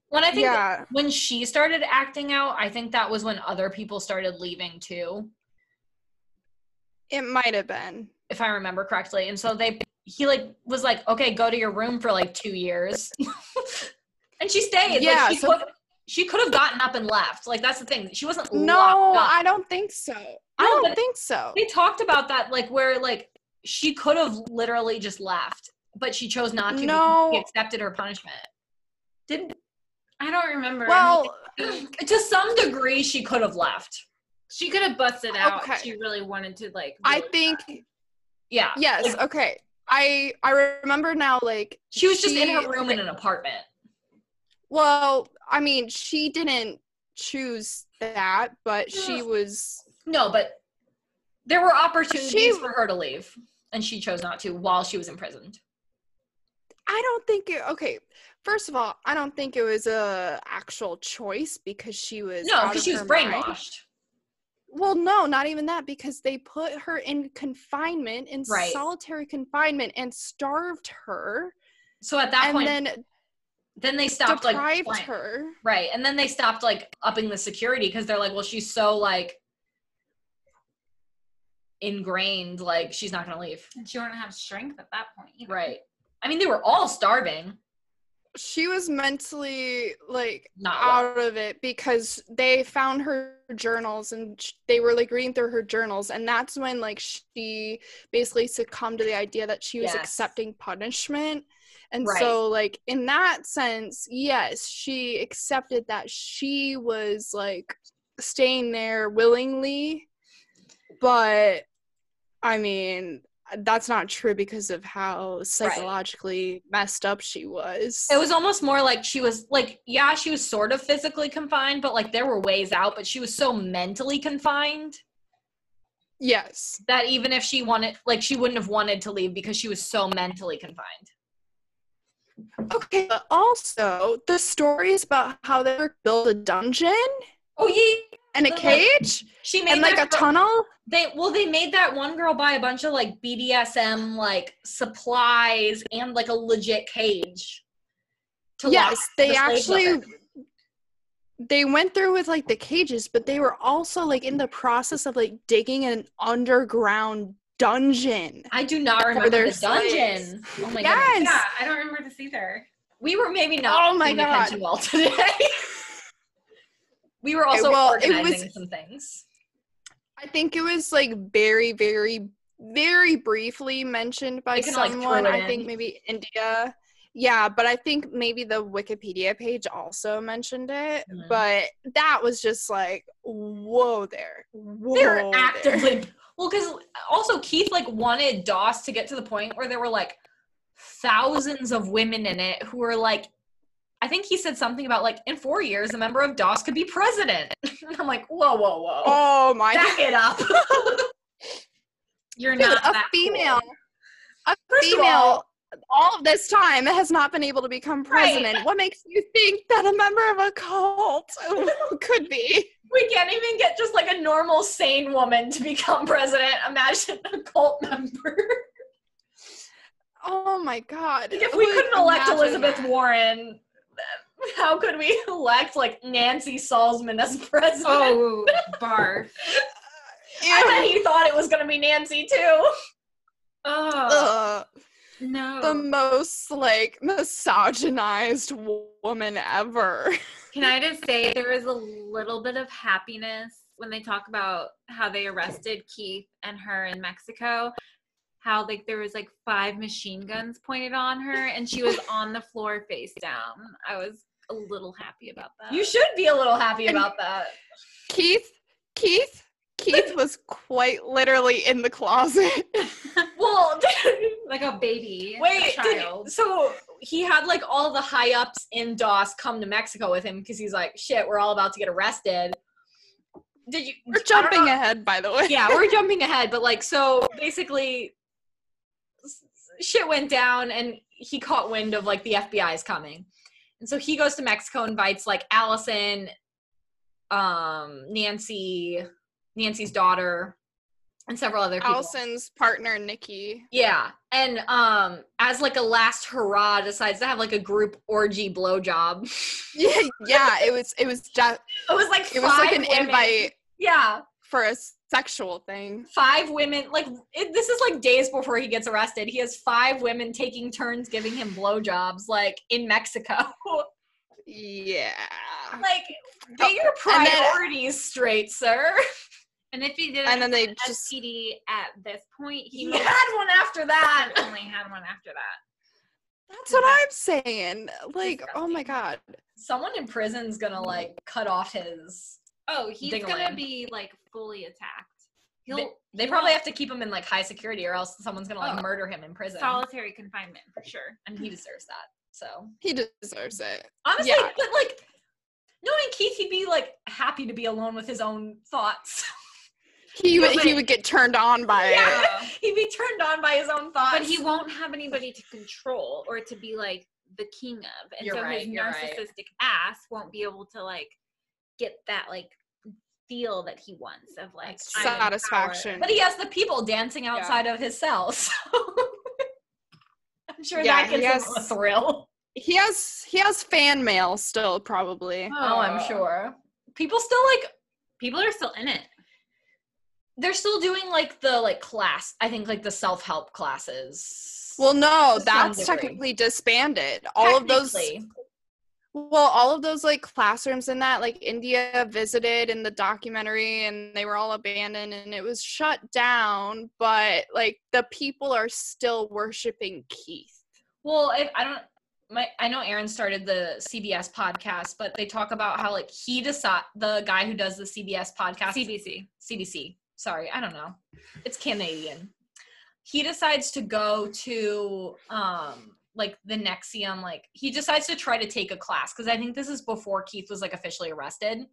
S2: When I think
S1: yeah.
S2: when she started acting out, I think that was when other people started leaving too,
S1: It might have been.
S2: if I remember correctly. And so they he like was like, okay, go to your room for like two years, and she stayed.
S1: Yeah,
S2: like, she,
S1: so-
S2: could, she could have gotten up and left. Like that's the thing. She wasn't
S1: No,
S2: locked up.
S1: I don't think so. I
S2: No,
S1: don't
S2: but-
S1: think so.
S2: they talked about that, like where like she could have literally just left, but she chose not to.
S1: No.
S2: because she accepted her punishment. Did
S3: I don't remember.
S1: Well,
S2: to some degree she could have left.
S3: she could have busted out
S1: Okay.
S3: if she really wanted to. Like,
S1: I
S3: really
S1: think
S2: Yeah,
S1: yes. Okay, I I remember now. Like
S2: she was just in
S1: she-
S2: her room in an apartment.
S1: Well, I mean, she didn't choose that, but she was.
S2: No, but there were opportunities
S1: She-
S2: for her to leave, and she chose not to while she was imprisoned.
S1: I don't think it. Okay, first of all, I don't think it was a actual choice because she was.
S2: No,
S1: out
S2: because
S1: of
S2: she was
S1: her mind.
S2: brainwashed.
S1: Well, no, not even that because they put her in confinement, in
S2: Right.
S1: solitary confinement, and starved her,
S2: So at that
S1: and
S2: point, then,
S1: then
S2: they stopped like
S1: deprived
S2: flying.
S1: her.
S2: right, and then they stopped like upping the security because they're like, well, she's so like ingrained, like she's not gonna leave.
S3: And she wouldn't have strength at that point. Either.
S2: Right. I mean, they were all starving.
S1: She was mentally like
S2: Not well.
S1: out of it because they found her journals and sh- they were like reading through her journals and that's when like she basically succumbed to the idea that she was
S2: Yes.
S1: accepting punishment and
S2: Right.
S1: so like in that sense yes she accepted that she was like staying there willingly but i mean that's not true because of how psychologically messed up she was
S2: It was almost more like she was like, yeah, she was sort of physically confined, but like there were ways out, but she was so mentally confined
S1: yes
S2: that even if she wanted like she wouldn't have wanted to leave because she was so mentally confined
S1: Okay, but also the stories about how they were built a dungeon
S2: oh yeah
S1: and a
S2: But, like,
S1: cage
S2: she made
S1: and like a
S2: that girl-
S1: tunnel.
S2: they well they made that one girl buy a bunch of like bdsm like supplies and like a legit cage to
S1: Yes,
S2: lock
S1: they
S2: the slaves up
S1: actually
S2: in.
S1: they went through with like the cages, but they were also like in the process of like digging an underground dungeon.
S2: i do not remember
S1: their
S2: the dungeon oh my god
S1: Yes.
S3: Yeah, I don't remember this either.
S2: we were maybe not
S1: Oh my
S2: paying
S1: God.
S2: attention well today we were also
S1: well, it was-
S2: organizing some things
S1: I think it was like very, very, very briefly mentioned by
S2: They kinda, like, threw
S1: someone.
S2: it
S1: I
S2: in.
S1: think maybe India. Yeah, but I think maybe the Wikipedia page also mentioned it.
S2: Mhm.
S1: But that was just like, whoa there. Whoa
S3: Oh,
S2: they're
S1: there.
S2: actively well because also keith like wanted dos to get to the point where there were like thousands of women in it who were like i think he said something about like in four years a member of dos could be president and i'm like whoa whoa whoa
S1: Oh my
S2: back it up
S3: You're
S1: dude,
S3: not
S1: a
S3: that cool.
S1: female. A
S2: First of
S1: female all,
S2: all-
S1: of this time has not been able to become
S2: Right.
S1: president. What makes you think that a member of a cult could be?
S2: we can't even get just like a normal sane woman to become president imagine a cult member
S1: Oh my god.
S2: if we
S1: Like,
S2: couldn't elect
S1: imagine
S2: elizabeth
S1: that.
S2: warren how could we elect like nancy salzman as president
S3: Oh, barf.
S2: I
S1: Ew.
S2: bet he thought it was gonna be Nancy too.
S3: Oh,
S2: Uh,
S1: Ugh, Um,
S3: no.
S1: the most like misogynized wo- woman ever.
S3: Can I just say there was a little bit of happiness when they talk about how they arrested Keith and her in Mexico? How like there was like five machine guns pointed on her and she was on the floor face down. I was a little happy about that.
S2: You should be a little happy about that.
S1: Keith, Keith, Keith was quite literally in the closet.
S2: Well,
S3: like a baby.
S2: wait,
S3: a
S2: did-
S3: child.
S2: so he had like all the high ups in DOS come to Mexico with him because he's like, shit, we're all about to get arrested. Did you? I
S1: We're
S2: don't
S1: jumping
S2: know-
S1: ahead, by the way.
S2: yeah, we're jumping ahead, but like, so basically, s- s- shit went down, and he caught wind of like the FBI's coming, and so he goes to Mexico, invites like Allison, um, Nancy, Nancy's daughter, and several other people.
S1: Allison's partner, Nikki.
S2: Yeah, and um, as like a last hurrah, decides to have like a group orgy blowjob.
S1: Yeah, yeah. It was. It was. De-
S2: It was like
S1: it was like
S2: five
S1: an
S2: women.
S1: invite
S2: Yeah,
S1: for a s- sexual thing.
S2: five women like it, this is like days before he gets arrested he has five women taking turns giving him blowjobs like in mexico
S1: Yeah.
S2: like get your
S1: and then-
S2: priorities straight sir
S3: And if he did
S1: And then they
S3: an
S1: just-
S3: STD at this point, he
S2: he
S3: most
S2: had one after that
S3: definitely had one after that.
S1: That's what I'm saying. Like, oh my god.
S2: someone in prison's gonna like cut off his
S3: Oh, he's
S2: Ding-a-ling.
S3: gonna be like fully attacked. He'll
S2: they, they probably have to keep him in like high security or else someone's gonna like
S3: Oh.
S2: murder him in prison
S3: solitary confinement for sure.
S2: and he deserves that so
S1: He deserves it.
S2: honestly
S1: Yeah.
S2: but like knowing keith he'd be like happy to be alone with his own thoughts
S1: He would
S3: but-
S1: he would get turned on by
S2: Yeah.
S1: it.
S2: he'd be turned on by his own thoughts
S3: but he won't have anybody to control or to be like the king of and
S2: You're
S3: so
S2: right,
S3: his
S2: you're right.
S3: narcissistic ass won't be able to like get that like feel that he wants of like
S2: That's
S3: I'm in power.
S1: Satisfaction.
S2: But he has the people dancing outside of his cell, so I'm sure
S1: Yeah,
S2: that gives
S1: he
S2: him
S1: has-
S2: a thrill.
S1: He has he has fan mail still probably.
S2: Oh, I'm sure. People still like
S3: people are still in it
S2: they're still doing like the like class. I think like the self help classes.
S1: Well, no,
S2: To some
S1: that's
S2: degree.
S1: technically disbanded. All of those
S2: Technically.
S1: well, all of those like classrooms and that like India visited in the documentary and they were all abandoned and it was shut down, but like the people are still worshiping Keith.
S2: Well, I, I don't. My I know Aaron started the CBS podcast, but they talk about how like he decide the guy who does the CBS podcast
S3: cbc
S2: CDC. Sorry, I don't know. It's Canadian. He decides to go to um like the Nexium like he decides to try to take a class cuz I think this is before Keith was like officially arrested.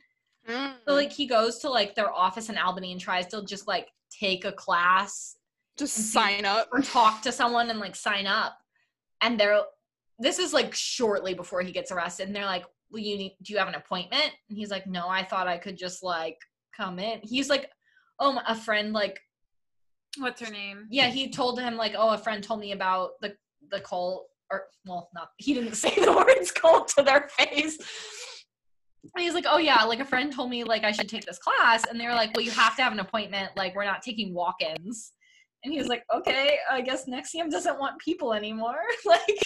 S1: Mm-hmm.
S2: So like he goes to like their office in Albany and tries to just like take a class
S1: Just sign up.
S2: or talk to someone and like sign up. And they're this is like shortly before he gets arrested and they're like, "Well, you need do you have an appointment?" And he's like, "No, I thought I could just like come in." He's like, "Oh, my- a friend like
S3: what's her name
S2: yeah, he told him like, "Oh, a friend told me about the the cult or well, not he didn't say the words cult to their face." And he's like, "Oh yeah, like a friend told me like I should take this class." And they were like, "Well, you have to have an appointment. Like we're not taking walk-ins." And he was like, "Okay, I guess Nexium doesn't want people anymore." like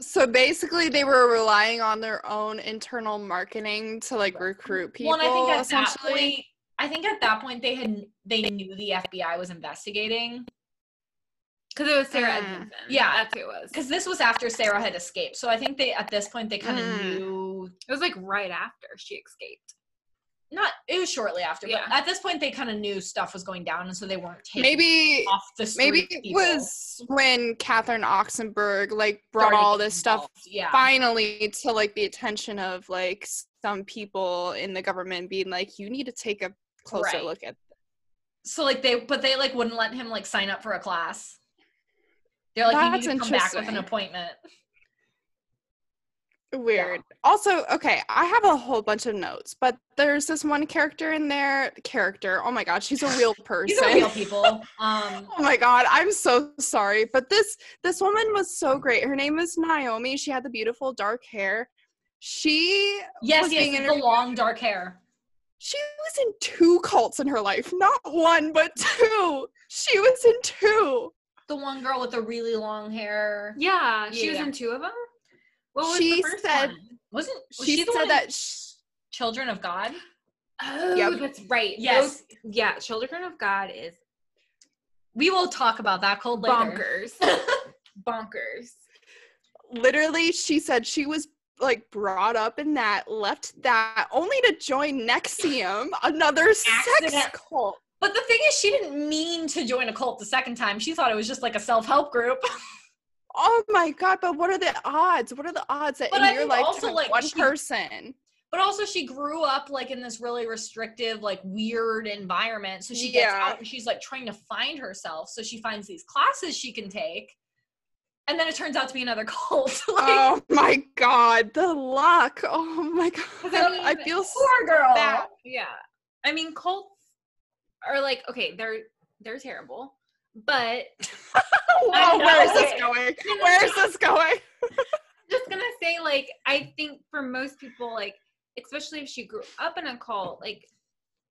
S1: So basically, they were relying on their own internal marketing to like recruit people.
S2: Well, and I think at that
S1: essentially.
S2: point, I think at that point they had they knew the FBI was investigating.
S3: because it was sarah
S1: Mm.
S3: edmondson
S2: Yeah.
S3: that's who it was
S2: Because this was after Sarah had escaped, so I think they at this point they kind of
S1: Mm.
S2: knew
S3: it was like right after she escaped
S2: not it was shortly after
S3: Yeah.
S2: but at this point they kind of knew stuff was going down and so they weren't taking
S1: maybe
S2: off the street
S1: maybe it
S2: people
S1: was when Catherine Oxenberg like brought
S2: started
S1: all
S2: getting
S1: this stuff
S2: involved. yeah
S1: finally to like the attention of like some people in the government being like, you need to take a closer
S2: Right.
S1: look at.
S2: so like they but they like wouldn't let him like sign up for a class they're like
S1: That's
S2: you need to come back with an
S1: interesting.
S2: appointment
S1: Weird. Also, okay, I have a whole bunch of notes, but there's this one character in there. Character. Oh my god, she's a real person.
S2: these are real people um
S1: Oh my god, I'm so sorry, but this this woman was so great. Her name was Naomi. She had the beautiful dark hair. She
S2: yes
S1: Was being
S2: yes the
S1: interviewed-
S2: long dark hair
S1: she was in two cults in her life, not one but two. She was in two.
S2: the one girl with the really long hair
S3: yeah she was
S2: Yeah.
S3: in two of them what was
S1: She
S3: the first
S1: said-
S3: one?
S2: wasn't was
S1: She
S2: she the
S1: said
S2: one that
S1: that sh
S2: children of god
S3: oh
S1: Yep.
S3: that's right
S2: yes
S3: Those- yeah children of god is
S2: we will talk about that cold later
S3: bonkers bonkers
S1: literally she said she was like brought up in that, left that only to join Nexium, another sex
S2: Accident-
S1: cult.
S2: But the thing is, she didn't mean to join a cult the second time. She thought it was just like a self help group.
S1: Oh my god, but what are the odds? What are the odds that
S2: But I
S1: in your
S2: think
S1: life
S2: also, like,
S1: one
S2: she-
S1: person
S2: But also, she grew up like in this really restrictive, like weird environment. So she gets
S1: Yeah.
S2: out and she's like trying to find herself. So she finds these classes she can take. And then it turns out to be another cult. like,
S1: oh my god, the luck. Oh my god.
S3: I
S1: I
S3: mean,
S1: feel so
S2: poor girl.
S1: bad.
S3: Yeah. I mean cults are like okay, they're they're terrible. But
S1: Whoa, where is
S2: know.
S1: this going? Where is this going?
S3: just gonna say like I think for most people like especially if she grew up in a cult like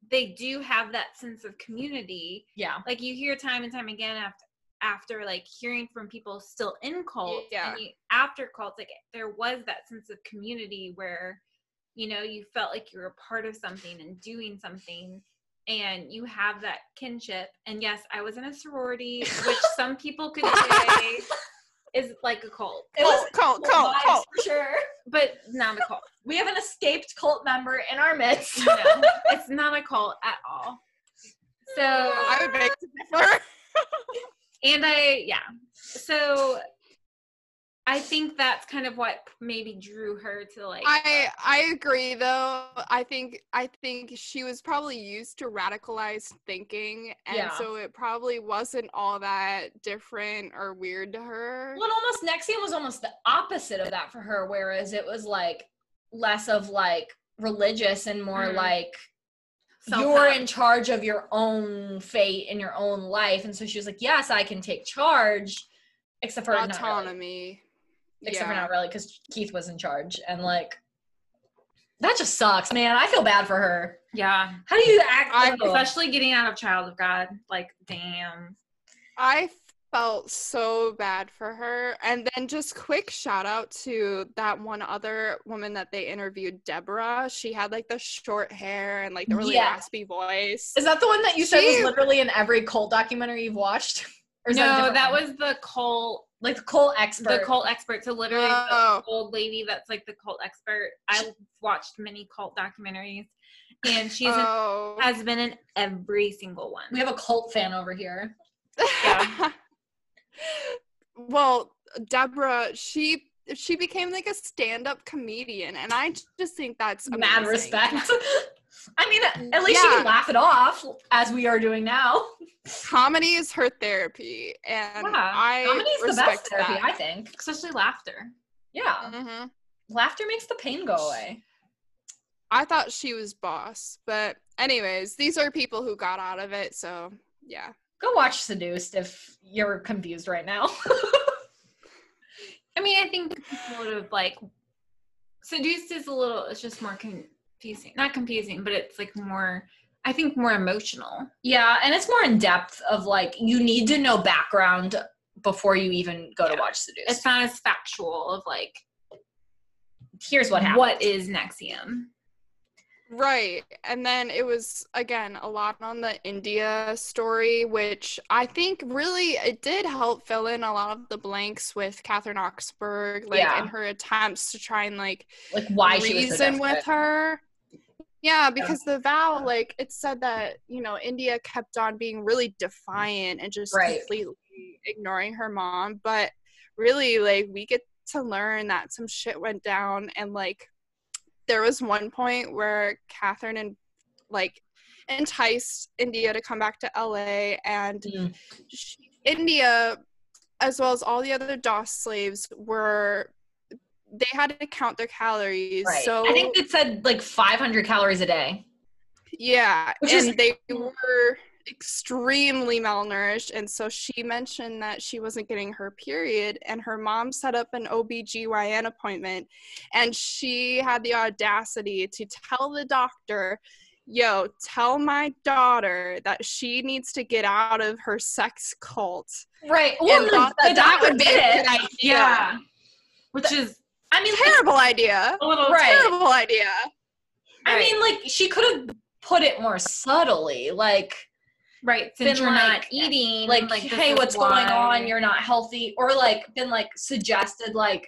S3: they do have that sense of community.
S2: Yeah.
S3: Like you hear time and time again after after like hearing from people still in cults
S1: Yeah.
S3: and you, after cults like there was that sense of community where you know you felt like you were a part of something and doing something and you have that kinship and yes i was in a sorority which some people could say is like a cult
S2: It was
S1: cult,
S2: cult
S1: cult,
S2: vibes
S1: cult.
S2: for sure.
S3: but not a cult
S2: We have an escaped cult member in our midst.
S3: no, it's not a cult at all so
S1: I would beg to differ.
S3: and i yeah so i think that's kind of what maybe drew her to like
S1: I I agree though. I think I think she was probably used to radicalized thinking, and
S2: Yeah.
S1: so it probably wasn't all that different or weird to her.
S2: Well, and almost Nexium was almost the opposite of that for her, whereas it was like less of like religious and more
S3: Mhm.
S2: like
S3: self-help.
S2: you're in charge of your own fate and your own life. And so she was like, Yes, I can take charge, except for not really.
S1: Autonomy.
S2: Except for not really, because Keith was in charge. And like that just sucks, man. I feel bad for her.
S3: yeah
S2: How do you act?
S1: I-
S2: oh.
S3: especially getting out of child of god like damn
S1: I felt so bad for her. And then just quick shout out to that one other woman that they interviewed, Deborah. She had like the short hair and like the really
S2: Yeah.
S1: raspy voice.
S2: Is that the one that you said
S1: She-
S2: was literally in every cult documentary you've watched? Or is a
S3: no
S2: different
S3: that
S2: one?
S3: was the cult
S2: like the cult expert.
S3: the cult expert so literally
S1: Oh.
S3: the old lady that's like the cult expert i watched many cult documentaries and she's in-
S1: oh.
S3: has been in every single one
S2: We have a cult fan over here.
S3: yeah.
S1: well, Deborah, she she became like a stand-up comedian, and I just think that's
S2: Mad
S1: amazing.
S2: respect. I mean, at least she
S1: Yeah.
S2: can laugh it off as we are doing now.
S1: Comedy is her therapy, and
S3: Yeah,
S1: I
S2: Comedy's the
S1: respect
S2: best therapy,
S1: that.
S2: I think.
S3: especially laughter
S2: Yeah.
S1: Mhm.
S2: Laughter makes the pain go away.
S1: I thought she was boss, but anyways, these are people who got out of it, so yeah.
S2: Go watch Seduced if you're confused right now.
S3: I mean, I think people would have like seduced is a little. It's just more confusing, not confusing, but it's like more. I think more emotional.
S2: yeah, and it's more in depth of like you need to know background before you even go to
S3: Yeah.
S2: watch Seduced.
S3: It's not as factual of like
S2: Here's what happened.
S3: what is Nexium.
S1: Right. And then it was again a lot on the India story, which I think really it did help fill in a lot of the blanks with Catherine Oxberg, like
S2: Yeah.
S1: in her attempts to try and like
S2: like why she was so
S1: reason
S2: desperate.
S1: with her. Yeah, because the vow, like it said that you know India kept on being really defiant and just
S2: Right.
S1: completely ignoring her mom, but really, like we get to learn that some shit went down, and like there was one point where Catherine and like enticed India to come back to LA, and
S2: Mm.
S1: she- India, as well as all the other DOS slaves, were they had to count their calories.
S2: Right.
S1: So
S2: I think it said like 500 calories a day.
S1: yeah,
S2: Which
S1: and
S2: is-
S1: they were extremely malnourished, and so she mentioned that she wasn't getting her period, and her mom set up an OBGYN appointment, and she had the audacity to tell the doctor. Yo, tell my daughter that she needs to get out of her sex cult.
S2: Right. Well,
S1: and
S2: the,
S1: thought
S2: the
S1: that that
S2: doctor
S1: would be
S2: did
S1: a
S2: it.
S1: good idea.
S3: which is
S2: I mean, like,
S1: Terrible idea.
S3: a little
S2: Right.
S1: Terrible idea.
S2: I mean, like she could have put it more subtly, like
S3: right since
S2: been
S3: you're not
S2: like-
S3: eating,
S2: like,
S3: this
S2: hey,
S3: is
S2: what's going
S3: why."
S2: on? You're not healthy, or like been like suggested like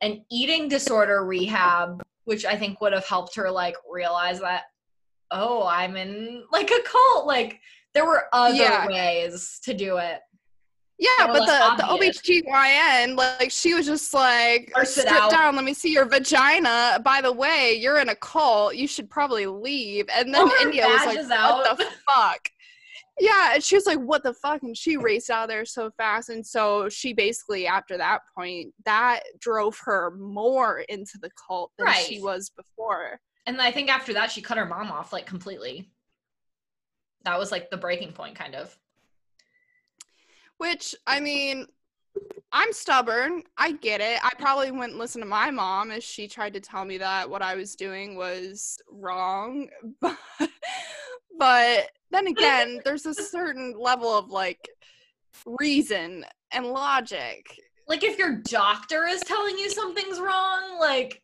S2: an eating disorder rehab, which I think would have helped her like realize that oh, I'm in like a cult. Like there were other
S1: Yeah.
S2: ways to do it.
S1: Yeah,
S2: More
S1: but
S2: or
S1: the,
S2: less
S1: the
S2: obvious.
S1: OBGYN, like she was just like
S2: Burst it
S1: strip
S2: out.
S1: down, let me see your vagina. By the way, you're in a cult, you should probably leave. And then
S2: Well, her
S1: India was like,
S2: badge is
S1: What the fuck? Yeah, and she was like, What the fuck? And she raced out of there so fast. And so she basically after that point, that drove her more into the cult than
S2: Right.
S1: she was before.
S2: And I think after that, she cut her mom off like completely. That was like the breaking point, kind of.
S1: Which I mean, I'm stubborn. I get it. I probably wouldn't listen to my mom if she tried to tell me that what I was doing was wrong. But But then again, there's a certain level of like reason and logic.
S2: Like if your doctor is telling you something's wrong, like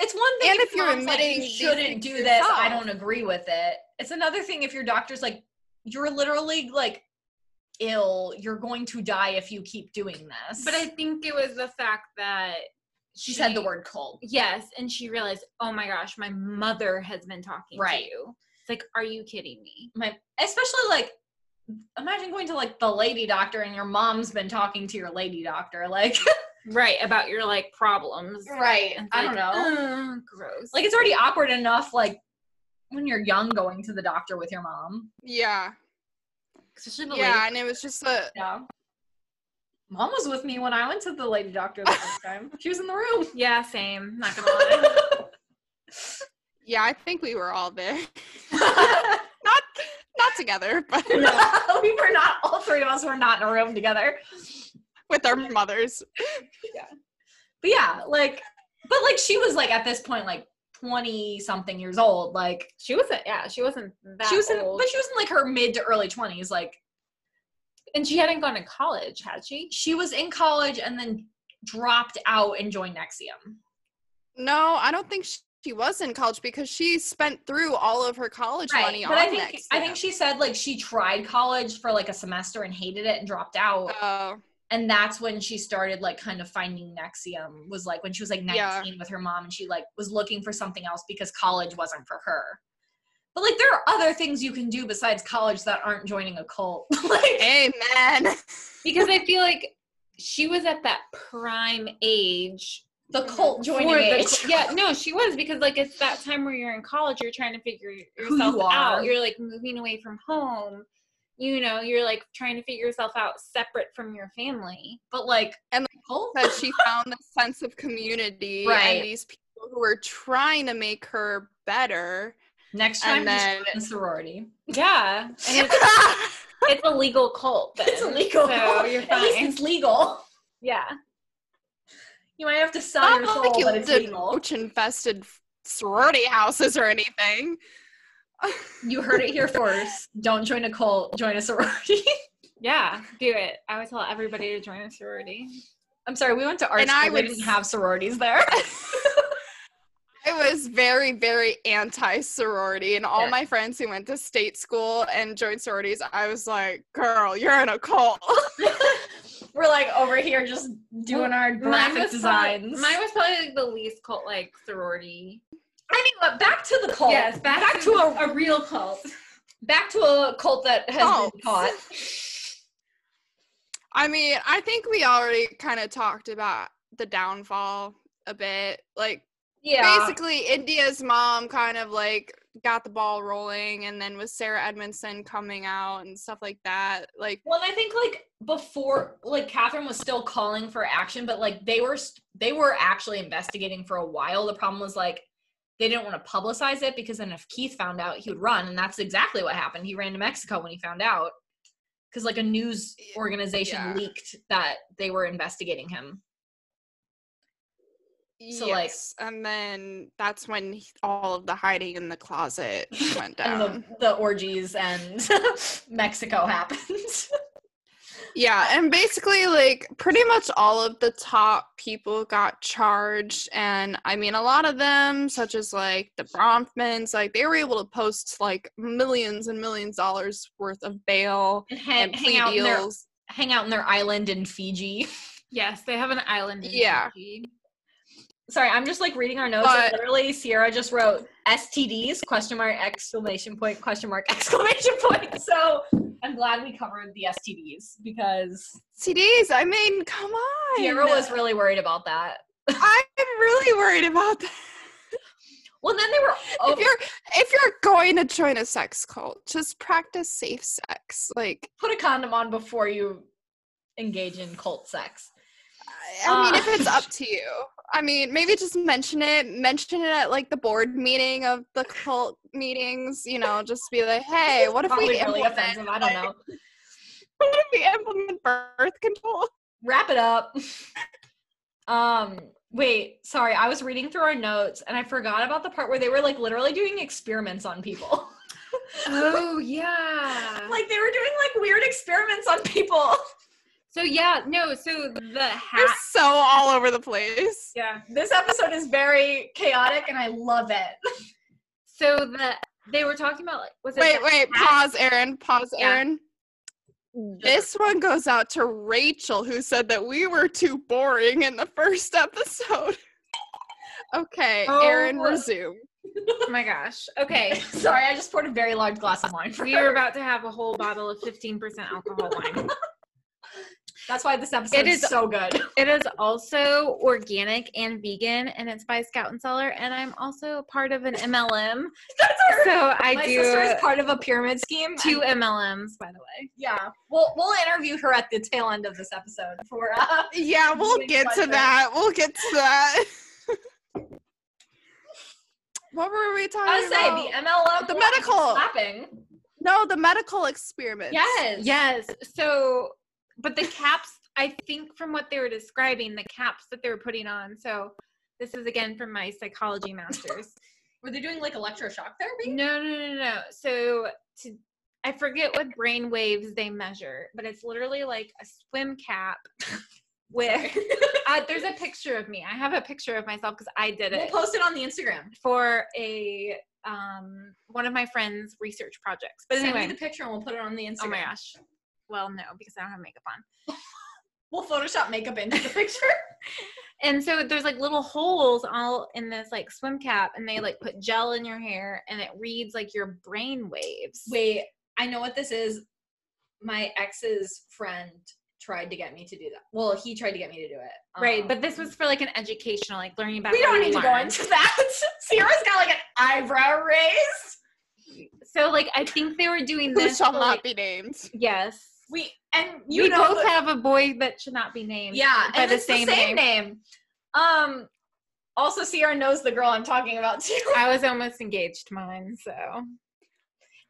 S2: it's one thing
S1: And if you're
S2: mom's like,
S1: admitting
S2: you
S1: these
S2: shouldn't
S1: things
S2: do this, I
S1: yourself.
S2: don't agree with it. It's another thing if your doctor's like, you're literally like ill, you're going to die if you keep doing this.
S3: But I think it was the fact that
S2: she said the word cult.
S3: Yes, and she realized, oh my gosh, my mother has been talking
S2: Right.
S3: to you. It's like, are you kidding me?
S2: My especially like imagine going to like the lady doctor and your mom's been talking to your lady doctor like
S3: Right, about your like problems.
S2: right
S3: And it's
S2: i don't
S3: like,
S2: know
S3: "Ugh, gross.
S2: like it's already awkward enough like when you're young going to the doctor with your mom
S1: Yeah.
S3: especially the
S1: Yeah.
S3: lady-
S1: And it was just a
S2: yeah mom was with me when i went to the lady doctor the first time she was in the room
S3: Yeah, same. Not gonna lie.
S1: yeah, I think we were all there. Not not together, but
S2: we were not all three of us were not in a room together
S1: with our mothers.
S2: but yeah like but like she was like at this point like 20 something years old like
S3: she wasn't. Yeah, she wasn't that.
S2: she was in
S3: old.
S2: but she was in like her mid to early 20s like
S3: and she hadn't gone to college, had she?
S2: she was in college and then dropped out and joined Nexium.
S1: No, I don't think she, she was in college because she spent through all of her college money
S2: But
S1: on
S2: I think
S1: next.
S2: I think she said like she tried college for like a semester and hated it and dropped out.
S1: Oh,
S2: and that's when she started like kind of finding Nexium was like when she was like 19
S1: Yeah.
S2: with her mom and she like was looking for something else because college wasn't for her. But like there are other things you can do besides college that aren't joining a cult. like
S1: amen.
S3: Because I feel like she was at that prime age
S2: the cult joining
S3: for the-
S2: age.
S3: yeah, no, she was because like it's that time where you're in college, you're trying to figure
S2: Who
S3: yourself
S2: you are.
S3: out. You're like moving away from home. You know, you're like trying to figure yourself out separate from your family.
S2: But like
S1: And
S2: cult?
S1: that she found this sense of community
S2: Right.
S1: and these people who were trying to make her better.
S2: next
S1: And
S2: time just
S1: then
S2: join a sorority.
S3: Yeah, and it's, it's a legal cult. Then.
S2: It's illegal.
S3: So you're
S2: At least
S3: fine.
S2: it's legal.
S3: Yeah,
S2: You might have to sell
S1: not
S2: your soul,
S1: like you
S2: but it's
S1: lived in
S2: legal.
S1: roach infested sorority houses or anything.
S2: You heard it here first. Don't join a cult. Join a sorority.
S3: yeah, do it. I would tell everybody to join a sorority.
S2: I'm sorry. We went to art
S1: And
S2: school.
S1: I
S2: They
S1: would-
S2: didn't have sororities there.
S1: I was very, very anti sorority, and all
S2: Yeah.
S1: my friends who went to state school and joined sororities, I was like, "Girl, you're in a cult."
S2: We're like over here just doing our graphic designs.
S3: Probably, mine was probably like the least cult like sorority.
S2: I mean, but back to the cult.
S3: Yes, back
S2: back to
S3: to
S2: a
S3: A real cult.
S2: back to a cult that has been
S1: Cults.
S2: caught.
S1: I mean, I think we already kind of talked about the downfall a bit. Like,
S2: Yeah.
S1: basically, India's mom kind of like got the ball rolling, and then with Sarah Edmondson coming out and stuff like that. Like,
S2: Well, and I think like before, like Catherine was still calling for action, but like they were st- they were actually investigating for a while. The problem was like they didn't want to publicize it because then if Keith found out, he would run, and that's exactly what happened. He ran to Mexico when he found out because like a news organization
S1: Yeah.
S2: leaked that they were investigating him. So, like-
S1: yes, and then that's when he- all of the hiding in the closet went down.
S2: And the, the orgies and Mexico happened.
S1: Yeah, and basically, like, pretty much all of the top people got charged. And I mean, a lot of them, such as like the Bronfmans, like, they were able to post like millions and millions of dollars worth of bail
S2: and ha-
S1: and
S2: hang
S1: plea
S2: out in their
S1: deals.
S2: hang out in their island in Fiji.
S3: Yes, they have an island. In
S1: Yeah.
S3: Fiji.
S2: sorry i'm just like reading our notes and
S1: But-
S2: literally sierra just wrote stds question mark exclamation point question mark exclamation point so i'm glad we covered the stds because
S1: CDs, I mean, come on.
S2: sierra was really worried about that
S1: I'm really worried about that.
S2: well then they were oh,
S1: If you're if you're going to join a sex cult, just practice safe sex. Like
S2: put a condom on before you engage in cult sex
S1: I- I mean,
S2: Uh,
S1: if it's
S3: Ah.
S1: up to you. I mean, maybe just mention it. Mention it at like the board meeting of the cult meetings. You know, just be like, "Hey, what if
S2: probably
S1: we
S2: really
S1: implement?
S2: offensive i don't
S1: like-
S2: know
S1: What if we implement birth control?"
S2: wrap it up. um, wait, sorry, I was reading through our notes and I forgot about the part where they were like literally doing experiments on people. Oh yeah.
S4: Like they were doing like weird experiments on people.
S3: So yeah, no. So the
S1: You're
S3: hat.
S1: so all over the place.
S4: Yeah. This episode is very chaotic and I love it.
S3: So the they were talking about like was it
S1: Wait,
S3: the
S1: wait,
S3: hat?
S1: pause, Aaron. Pause,
S3: Yeah.
S1: Aaron. This one goes out to Rachel, who said that we were too boring in the first episode. Okay, Aaron,
S3: Oh.
S1: resume.
S3: Oh my gosh. Okay,
S2: Sorry, I just poured a very large glass of wine for
S3: we
S2: you.
S3: are about to have a whole bottle of fifteen percent alcohol wine.
S2: That's why this episode
S3: It
S2: is
S3: is-
S2: so good.
S3: It is also organic and vegan, and it's by Scout and Seller. And I'm also part of an MLM,
S4: That's our
S3: so I
S2: My
S3: do
S2: sister is part of a pyramid scheme. and-
S3: two MLMs, by the way.
S2: yeah, we'll we'll interview her at the tail end of this episode for uh,
S1: Yeah, we'll
S2: Big
S1: get to
S2: pleasure.
S1: that. We'll get to that. what were we talking
S2: I was
S1: about?
S2: say the MLM
S1: The medical.
S2: slapping.
S1: no, the medical experiments.
S2: Yes.
S3: Yes. So, but the caps, I think, from what they were describing, the caps that they were putting on. So, this is again from my psychology masters.
S2: Were they doing like electroshock therapy?
S3: No, no, no, no. So to I forget what brain waves they measure, but it's literally like a swim cap with uh, there's a picture of me. I have a picture of myself because I did
S2: We'll
S3: it
S2: post it on the Instagram.
S3: for a um one of my friends' research projects. But
S2: Send me
S3: anyway,
S2: the picture and we'll put it on the Instagram.
S3: oh my gosh. Well, no, because I don't have makeup on.
S2: We'll Photoshop makeup into the picture.
S3: And so there's like little holes all in this like swim cap, and they like put gel in your hair, and it reads like your brain waves.
S2: Wait, I know what this is. My ex's friend tried to get me to do that. Well, he tried to get me to do it.
S3: Right,
S2: Um,
S3: but this was for like an educational, like learning about.
S2: we don't need to go
S3: hormones.
S2: into that. Sierra's got like an eyebrow raise.
S3: So like I think they were doing
S1: Who
S3: this.
S1: shall
S3: for,
S1: not
S3: like-
S1: be named?
S3: Yes.
S2: We and you
S3: You we
S2: know
S3: both
S2: the-
S3: have a boy that should not be named.
S2: yeah,
S3: by
S2: and
S3: the
S2: it's
S3: same
S2: the same name. Um. Also, Sierra knows the girl I'm talking about too.
S3: I was almost engaged to mine, so.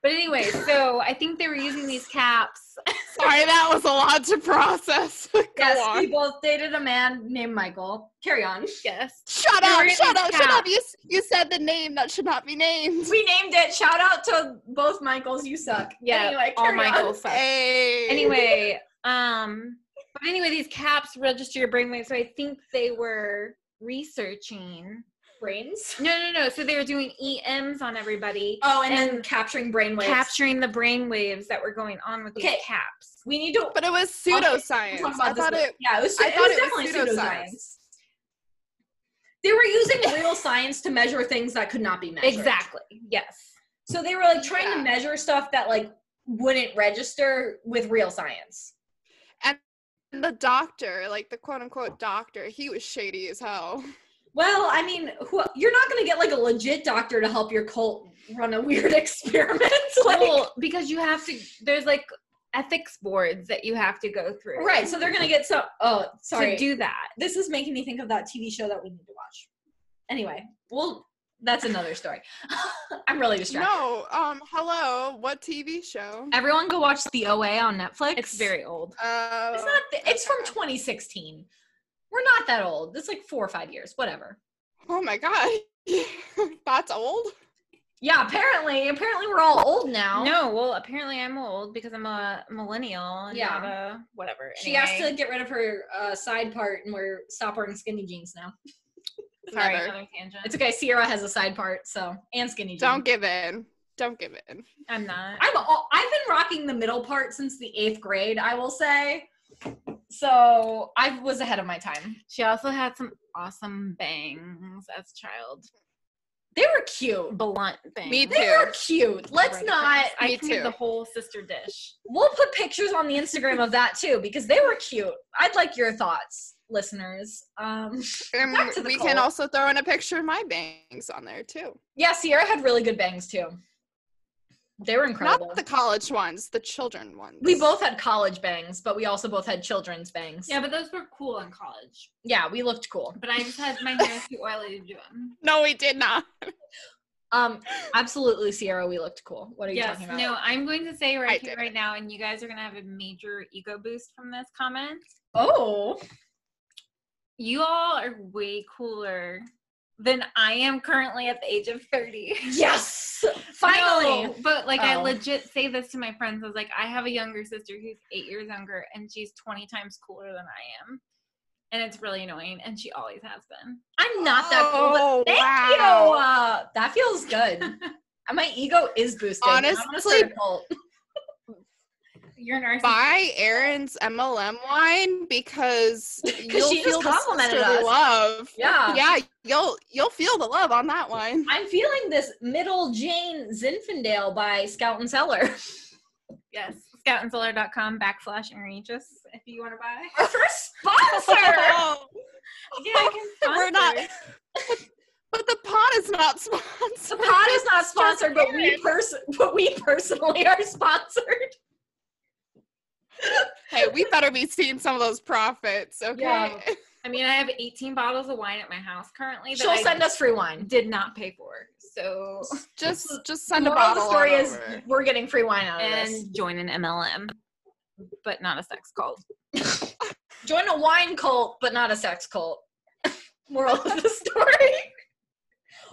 S3: But anyway, so I think they were using these caps.
S1: Sorry, that was a lot to process. go
S2: yes,
S1: on.
S2: we both dated a man named Michael. Carry on.
S3: Yes.
S1: Shut
S3: They
S1: up!
S3: were in
S1: Shut
S3: the
S1: up! Shut
S3: chat.
S1: up! You s- you said the name that should not be named.
S2: We named it. Shout out to both Michaels. You suck.
S3: Yeah.
S2: Anyway,
S3: all
S2: carry on.
S3: Michael sucks.
S1: Hey.
S3: Anyway, um, but anyway, these caps register your brainwave. So I think they were researching.
S2: brains.
S3: No, no, no. So they were doing EMs on everybody,
S2: Oh, and, then
S3: And
S2: capturing brainwaves.
S3: capturing the brainwaves that were going on with these
S2: Okay.
S3: caps.
S2: we need to
S1: but it was
S2: I'll talk
S1: pseudoscience.
S2: talk
S1: I
S2: about this.
S1: thought
S2: later.
S1: it.
S2: yeah, it was,
S1: I
S2: it
S1: thought
S2: was
S1: it was
S2: definitely
S1: pseudoscience.
S2: pseudoscience. They were using real science to measure things that could not be measured.
S3: Exactly. Yes.
S2: So they were like trying
S1: Yeah.
S2: to measure stuff that like wouldn't register with real science.
S1: The doctor, like the quote unquote doctor, he was shady as hell.
S2: Well, I mean, who, you're not going to get like a legit doctor to help your cult run a weird experiment. like,
S3: well, because you have to. There's like ethics boards that you have to go through.
S2: right. So they're going to get some. Oh, sorry.
S3: To do that.
S2: this is making me think of that TV show that we need to watch. Anyway, well, that's another story. I'm really distracted.
S1: No, um, hello, what TV show?
S2: Everyone go watch The OA on Netflix.
S3: It's very old.
S1: Uh,
S2: It's not. th- it's from 2016. We're not that old. It's like four or five years, whatever.
S1: oh my god, that's old.
S2: Yeah, apparently, apparently we're all old now.
S3: No, well, apparently I'm old because I'm a millennial. and
S2: Yeah.
S3: not a- whatever.
S2: She has to get rid of her uh, side part and wear stop wearing skinny jeans now.
S3: Sorry,
S1: Never.
S3: another tangent.
S2: It's okay. Sierra has a side part, so and skinny jeans.
S1: Don't give in. Don't give in.
S3: I'm not.
S2: I'm. All, I've been rocking the middle part since the eighth grade. I will say. So I was ahead of my time.
S3: She also had some awesome bangs as a child.
S2: They were cute.
S3: Blunt bangs.
S1: Me
S2: They
S1: too.
S2: were cute. Let's
S3: Right.
S2: not.
S1: Me
S3: I can
S1: too.
S3: give the whole sister dish.
S2: We'll put pictures on the Instagram of that too because they were cute. I'd like your thoughts, listeners. Um,
S1: And
S2: Back to the
S1: we can
S2: cult.
S1: also throw in a picture of my bangs on there too.
S2: yeah, Sierra had really good bangs too. They were incredible.
S1: Not the college ones, the children ones.
S2: we both had college bangs, but we also both had children's bangs.
S3: Yeah, but those were cool in college.
S2: yeah, we looked cool.
S3: But I just had my hair too oily to do them.
S1: No, we did not.
S2: Um, absolutely, Sierra, we looked cool. What are you
S3: Yes,
S2: talking about?
S3: no, I'm going to say
S1: I
S3: right
S1: did
S3: here, right now, and you guys are going to have a major ego boost from this comment.
S2: Oh,
S3: You all are way cooler than I am currently at the age of 30.
S2: Yes, finally.
S3: No, but like I
S2: Oh.
S3: legit say this to my friends. I was like, I have a younger sister who's eight years younger and she's 20 times cooler than I am. And it's really annoying. And she always has been.
S2: I'm not that cool, but
S1: Oh,
S2: thank
S1: wow.
S2: you. Uh, that feels good. Uh, My ego is boosted. I'm gonna
S1: Honestly-
S2: start a cult.
S3: You're a narcissist.
S1: buy Erin's MLM wine because you'll
S2: she just
S1: feel the
S2: complimented
S1: sisterly
S2: us.
S1: love.
S2: yeah.
S1: Yeah, you'll you'll feel the love on that wine.
S2: I'm feeling this middle Jane Zinfandel by Scout and Cellar.
S3: Yes. Scoutandsolar.com backslash Erin Aegis if you want to buy.
S2: Our first sponsor.
S3: Yeah, I can sponsor.
S1: We're not- but the pot is not
S2: the
S1: sponsored.
S2: pod is not sponsored, but we pers- but we personally are sponsored.
S1: hey, we better be seeing some of those profits, okay?
S2: Yeah.
S3: I mean, I have 18 bottles of wine at my house currently that
S2: She'll
S3: I
S2: send us free wine.
S3: did not pay for. So
S1: Just just send a
S2: Moral of
S1: bottle.
S2: the story
S1: on
S2: is
S1: over.
S2: we're getting free wine out of this.
S3: and join an MLM, but not a sex cult.
S2: Join a wine cult, but not a sex cult. Moral of the story.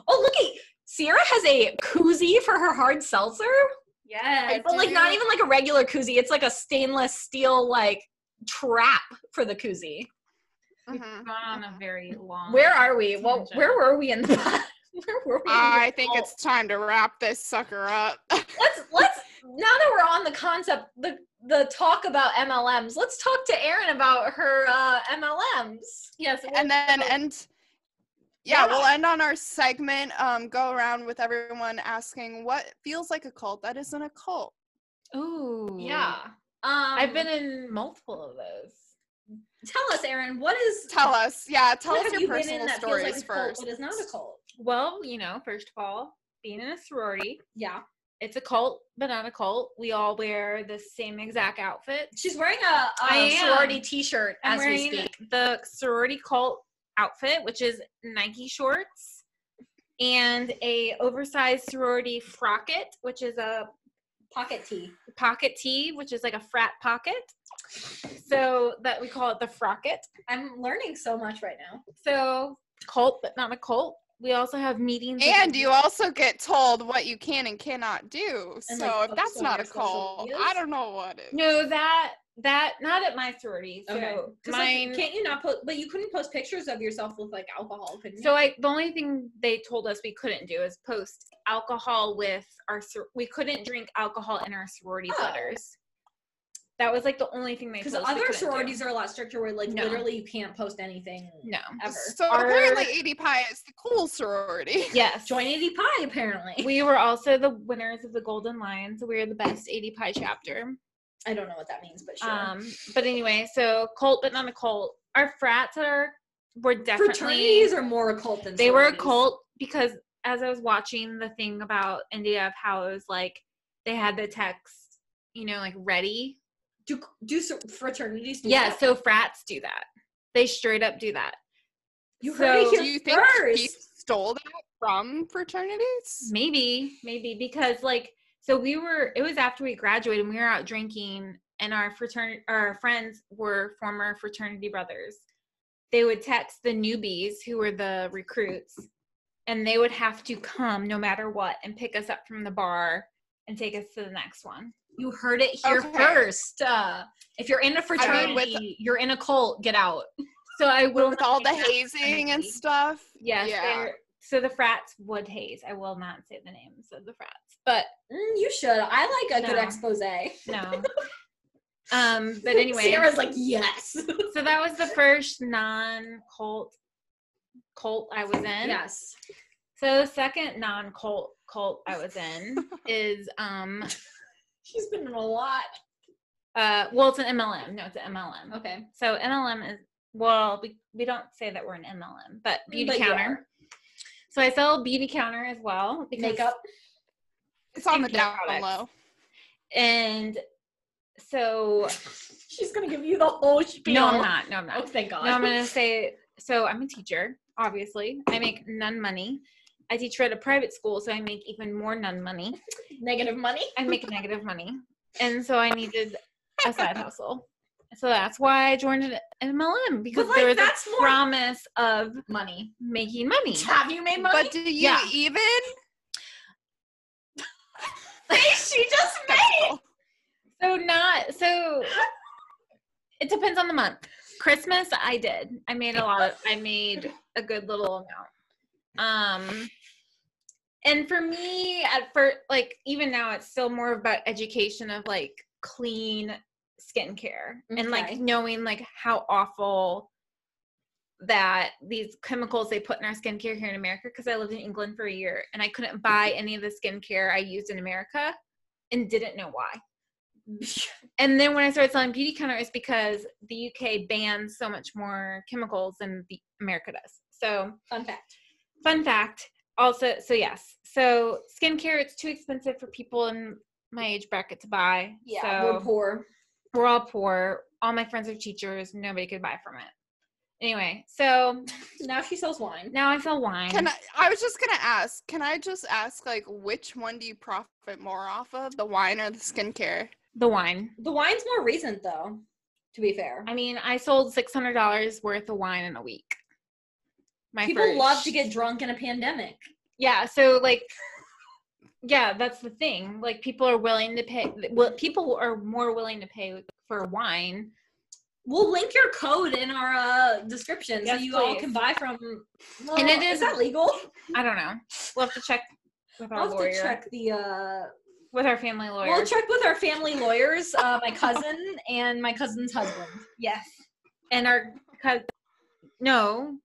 S2: Oh, look at Sierra has a koozie for her hard seltzer,
S3: Yes.
S2: but like not
S1: do.
S2: even like a regular koozie. It's like a stainless steel like trap for the koozie.
S1: Mhm.
S3: Gone on a very long.
S2: Where are we? Well,
S3: tangent.
S2: where were we in the pod? Where were we? in the
S1: I think
S2: cult?
S1: it's time to wrap this sucker up.
S2: let's let's now that we're on the concept the the talk about MLMs. Let's talk to Erin about her uh, MLMs.
S3: Yes. well,
S1: and then end yeah,
S2: Yeah.
S1: we'll end on our segment um go around with everyone asking what feels like a cult that isn't a cult
S3: Ooh.
S2: um, I've
S3: I've
S2: been.
S3: been in multiple of those.
S2: tell us, Erin, what is
S1: tell us yeah tell
S2: what
S1: us
S2: have
S1: your
S2: you been
S1: personal
S2: in that feels
S1: stories
S2: like a cult,
S1: first
S2: But it's not a cult.
S3: Well, you know, first of all, being in a sorority,
S2: Yeah,
S3: it's a cult, but not a cult. We all wear the same exact outfit.
S2: she's wearing a,
S3: I
S2: a
S3: am.
S2: sorority T-shirt
S3: I'm
S2: as we
S3: wearing
S2: speak.
S3: the sorority cult outfit, which is Nike shorts and a oversized sorority frocket, which is a
S2: Pocket tee.
S3: pocket tee, which is like a frat pocket. So that we call it the frocket.
S2: I'm learning so much right now.
S3: So cult, but not a cult. We also have meetings. with-
S1: and you also get told what you can and cannot do
S2: And,
S1: so if
S2: like, post
S1: that's
S2: on
S1: not
S2: your
S1: a
S2: social
S1: cult
S2: medias?
S1: i don't know what is
S3: no that that not at my sorority. So
S2: Okay.
S3: mine.
S2: can't you not post? But you couldn't post pictures of yourself with like alcohol. Couldn't
S3: so I the only thing they told us we couldn't do is post alcohol with our sor- we couldn't drink alcohol in our sorority
S2: Oh.
S3: letters. That was like the only thing they
S2: Because
S3: told us we
S2: other
S3: couldn't do.
S2: sororities are a lot stricter where like
S3: No.
S2: literally you can't post anything
S3: no.
S2: ever.
S1: so
S3: Our-
S1: apparently 80 pi is the cool sorority
S3: Yes.
S2: Join 80 Pi apparently.
S3: We were also the winners of the Golden Lion, so we were the best 80 Pi chapter.
S2: I don't know what that means, but sure.
S3: Um, but anyway, so cult, but not a cult. Our frats are were definitely
S2: Fraternities are more occult than
S3: they were a
S2: sororities.
S3: cult because as I was watching the thing about India of how it was like they had the text, you know, like ready.
S2: Do do so- fraternities? Do
S3: Yeah,
S2: that?
S3: so frats do that. They straight up do that.
S2: you heard
S3: so
S2: it
S1: do
S2: here
S1: you think
S2: first.
S1: he stole that from fraternities
S3: Maybe, maybe because like so we were it was after we graduated and we were out drinking and our fraternity our friends were former fraternity brothers. They would text the newbies who were the recruits and they would have to come no matter what and pick us up from the bar and take us to the next one.
S2: You heard it here
S1: Okay.
S2: first. Uh, if you're in a fraternity,
S1: with-
S2: you're in a cult. Get out.
S3: So I will
S1: with
S3: not
S1: all the
S3: name that
S1: hazing and
S3: fraternity.
S1: stuff
S3: Yes.
S1: Yeah.
S3: Yeah. So the frats would haze. I will not say the names of the frats, but
S2: Mm, you should. I like a good
S3: No.
S2: expose.
S3: no. um, but anyway.
S2: Sarah's like yes,
S3: so that was the first non-cult cult I was in.
S2: yes.
S3: So the second non-cult cult I was in is um
S2: She's been in a lot.
S3: uh well it's an MLM. No, it's an MLM.
S2: Okay,
S3: So MLM is well we, we don't say that we're an MLM, but
S1: Mm,
S3: beauty
S2: But you
S3: counter. So I sell beauty counter as well because
S2: makeup.
S1: it's on the
S3: skincare
S1: down
S3: products.
S1: low
S3: and so
S2: She's gonna give you the whole spiel.
S3: no I'm not. No I'm not.
S2: Oh, thank God.
S3: No, I'm gonna say so. I'm a teacher, obviously. I make none money. I teach at a private school, so I make even more none money.
S2: Negative money.
S3: I make negative money, and so I needed a side hustle. So that's why I joined an MLM
S2: But,
S3: because
S2: like,
S3: there was
S2: that's
S3: a
S2: more-
S3: promise of
S2: money.
S3: making money.
S2: Have you made money?
S1: But do you
S3: Yeah.
S1: even?
S2: she just made.
S3: So not so. It depends on the month. Christmas, I did. I made a lot. Of, I made a good little amount. Um, and for me, at first, like even now, it's still more about education of like clean skincare and
S2: Okay.
S3: like knowing like how awful that these chemicals they put in our skincare here in America. Because I lived in England for a year and I couldn't buy any of the skincare I used in America, and didn't know why. And then when I started selling beauty counter, it's because the UK bans so much more chemicals than the America does. So
S2: Fun fact.
S3: fun fact. Also, so yes, so skincare it's too expensive for people in my age bracket to buy.
S2: Yeah,
S3: so
S2: we're poor.
S3: we're all poor. All my friends are teachers. Nobody could buy from it. Anyway, so
S2: Now she sells wine.
S3: now I sell wine.
S1: Can I, I was just gonna ask. Can I just ask, like, which one do you profit more off of, the wine or the skincare?
S3: the wine.
S2: The wine's more recent though. To be fair,
S3: I mean, I sold six hundred dollars worth of wine in a week. My
S2: people
S3: first-
S2: love to get drunk in a pandemic.
S3: yeah so like yeah that's the thing like people are willing to pay well people are more willing to pay for wine
S2: We'll link your code in our uh, description
S3: Yes,
S2: so you all
S3: please.
S2: can buy from. Well,
S3: it is-
S2: is that legal?
S3: i don't know we'll have to check with our
S2: I'll have
S3: lawyer
S2: to check the. Uh,
S3: with our family lawyer
S2: we'll check with our family lawyers. Uh, my cousin and my cousin's husband. Yes,
S3: and our cousin no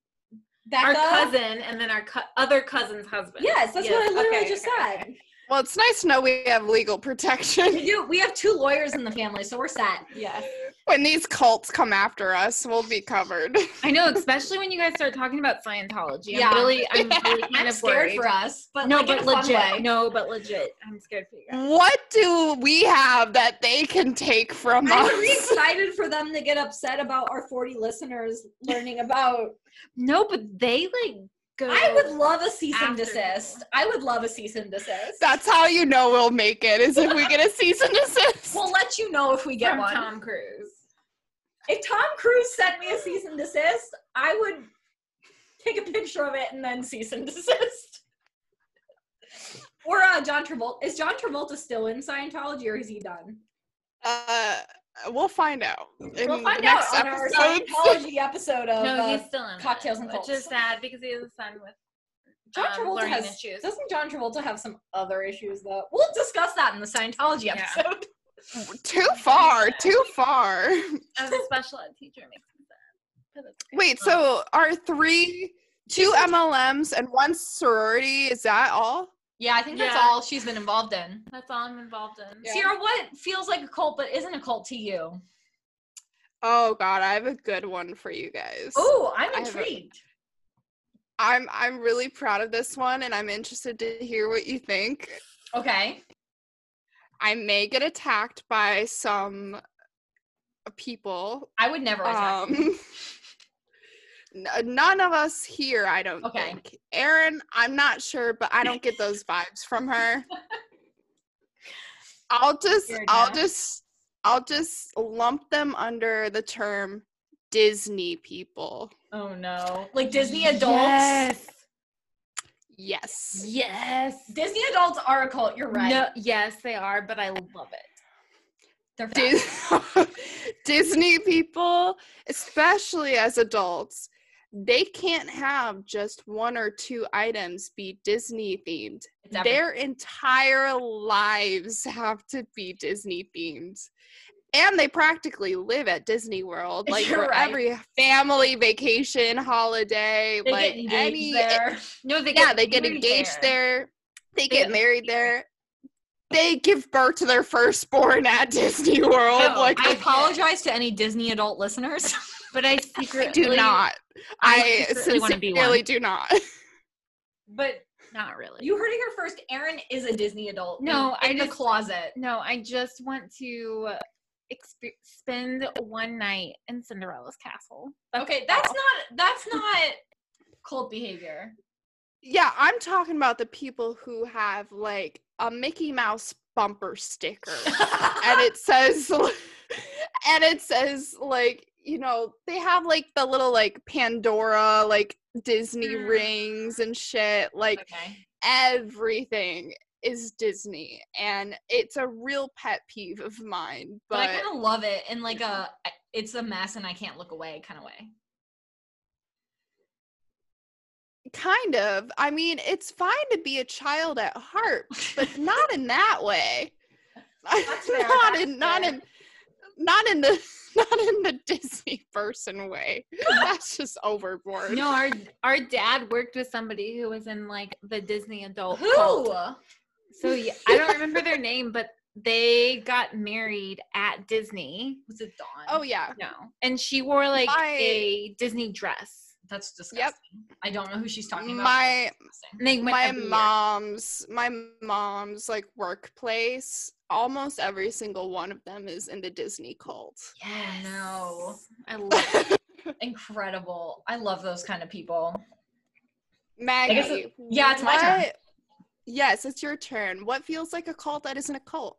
S2: Becca.
S3: our cousin and then our co- other cousin's husband
S2: Yes, that's what I literally
S3: okay,
S2: just
S3: okay,
S2: said.
S3: okay.
S1: Well, it's nice to know we have legal protection.
S2: We do. We have two lawyers in the family, so we're set.
S3: Yes.
S1: when these cults come after us, we'll be covered.
S3: I know, especially when you guys start talking about Scientology.
S2: Yeah.
S3: I'm really, I'm really kind
S2: I'm
S3: of
S2: scared
S3: worried.
S2: for us, but
S3: no,
S2: like in
S3: but
S2: a fun
S3: legit.
S2: way.
S3: No, but legit. I'm scared for you guys.
S1: what do we have that they can take from
S2: I'm
S1: us?
S2: really excited for them to get upset about our 40 listeners learning about.
S3: No, but they like go.
S2: I would love a cease and
S3: After.
S2: desist. I would love a cease and desist.
S1: That's how you know we'll make it. Is if we get a cease and desist.
S2: we'll let you know if we get
S3: from
S2: one.
S3: Tom Cruise.
S2: If Tom Cruise sent me a cease and desist, I would take a picture of it and then cease and desist. Or uh, John Travolta. Is John Travolta still in Scientology or is he done?
S1: Uh, we'll find out. in
S2: We'll find out
S1: next
S2: on our
S1: episodes.
S2: Scientology episode of.
S3: no,
S2: uh,
S3: he's still in it,
S2: Cocktails and
S3: which is
S2: Cults.
S3: sad because he has a son with
S2: John
S3: um,
S2: Travolta
S3: learning
S2: has.
S3: issues.
S2: Doesn't John Travolta have some other issues though? We'll discuss that in the Scientology
S3: Yeah.
S2: episode.
S1: Too far. Too far.
S3: As a special ed teacher, it makes me sad. But that's okay.
S1: Wait. So
S2: Oh.
S1: are three, two MLMs and one sorority? Is that all?
S2: Yeah, I think
S3: that's all
S2: she's been involved in.
S3: that's all I'm involved in.
S1: Yeah.
S2: Sierra, what feels like a cult but isn't a cult to you?
S1: Oh God, I have a good one for you guys.
S2: Oh, I'm
S1: I have a-
S2: intrigued.
S1: I'm I'm really proud of this one, and I'm interested to hear what you think.
S2: Okay.
S1: I may get attacked by some people.
S2: I would never attack.
S1: Um, n- uh, none of us here, I don't
S2: Okay.
S1: think. Erin, I'm not sure, but I don't get those vibes from her. I'll just,
S2: Fair
S1: I'll
S2: enough.
S1: just, I'll just lump them under the term Disney people.
S2: oh no. Like Disney adults.
S3: Yes.
S1: Yes.
S3: Yes.
S2: Disney adults are a cult, you're right.
S3: No, yes, they are, but I love it.
S2: They're fat.
S1: Dis- Disney people, especially as adults, they can't have just one or two items be Disney themed.
S2: It's epic.
S1: Their entire lives have to be Disney themed. And they practically live at Disney World, like
S2: You're
S1: for
S2: right.
S1: every family vacation, holiday,
S2: They
S1: like
S2: get engaged
S1: any
S2: there.
S3: No, they
S1: yeah, they get engaged there. They, get,
S2: get
S1: married there. They give birth to their firstborn at Disney World.
S3: No,
S1: like
S2: I apologize to any Disney adult listeners.
S3: but I
S1: I
S3: secretly
S1: do not. I
S3: secretly wanna be
S1: sincerely
S3: one.
S1: do not.
S3: But not really.
S2: you heard it here first. Erin is a Disney adult.
S3: No,
S2: in,
S3: I
S2: in the
S3: just-
S2: closet.
S3: No, I just want to exp- spend one night in Cinderella's castle.
S2: Okay, that's not that's not cult behavior.
S1: Yeah, I'm talking about the people who have like a Mickey Mouse bumper sticker, and it says, and it says like you know they have like the little like pandora like disney
S3: Mm.
S1: rings and shit like
S2: Okay.
S1: everything is disney and it's a real pet peeve of mine
S2: But, I
S1: but
S2: kind of love it in like a it's a mess and I can't look away kind of way.
S1: kind of i mean it's fine to be a child at heart but not in that way
S3: That's fair,
S1: not
S3: that's
S1: in not
S3: fair.
S1: in not in the not in the disney person way that's just overboard
S3: No, our our dad worked with somebody who was in like the Disney adult
S2: Who?
S3: cult. So yeah, I don't remember their name, but they got married at Disney.
S2: Was it Dawn?
S1: oh yeah
S3: No, and she wore like
S1: My-
S3: a Disney dress.
S2: That's disgusting. I don't know who she's talking about.
S1: My-
S2: but that's disgusting.
S3: And they went
S1: my
S3: every year.
S1: mom's my mom's like workplace almost every single one of them is in the disney cult
S3: Yes.
S2: No.
S3: I love it.
S2: Incredible. I love those kind of people.
S1: maggie
S2: guess it- yeah, it's my turn.
S1: what- yes it's your turn what feels like a cult that isn't a cult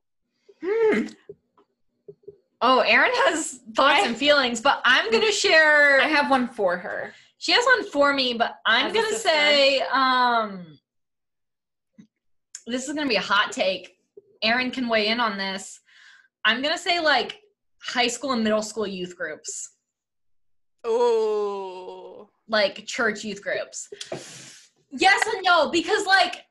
S2: Oh, Erin has thoughts and feelings, but I'm gonna share.
S3: I have one for her.
S2: She has one for me, but I'm
S3: As a
S2: gonna
S3: sister.
S2: say um, this is gonna be a hot take. Erin can weigh in on this. I'm gonna say like high school and middle school youth groups,
S1: oh
S2: like church youth groups. Yes and no, because like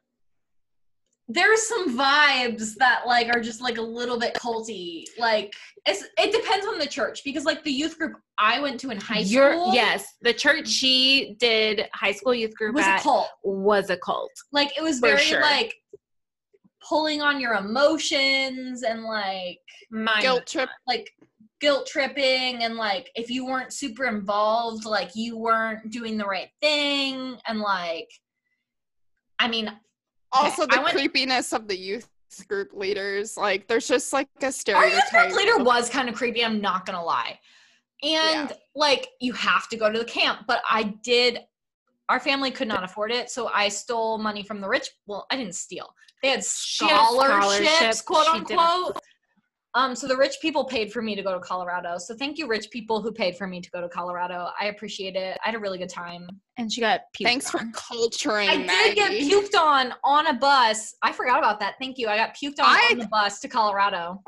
S2: there's some vibes that like are just like a little bit culty. Like it's, it depends on the church because like the youth group I went to in high
S3: Your-
S2: school.
S3: yes, the church she did high school youth group
S2: was a
S3: at
S2: cult.
S3: was a cult.
S2: Like it was
S3: For
S2: very
S3: sure.
S2: like pulling on your emotions and like
S3: Mine.
S1: guilt trip
S2: like guilt tripping and like if you weren't super involved, like you weren't doing the right thing and like I mean
S1: also
S2: I
S1: the
S2: went-
S1: creepiness of the youth group leaders like there's just like a
S2: our youth
S1: stereotype
S2: group leader was kind of creepy, I'm not gonna lie. And like you have to go to the camp, but I did our family could not afford it, so I stole money from the rich. Well, I didn't steal. They had
S3: had
S2: scholarships,
S3: scholarships.
S2: quote
S3: She did.
S2: unquote. Um, so the rich people paid for me to go to Colorado. So thank you, rich people who paid for me to go to Colorado. I appreciate it. I had a really good time.
S3: And she got puked
S1: thanks for
S3: on.
S1: culturing
S2: I did get
S1: Maggie.
S2: puked on on a bus. I forgot about that. Thank you. I got puked on
S1: I-
S2: on the bus to Colorado.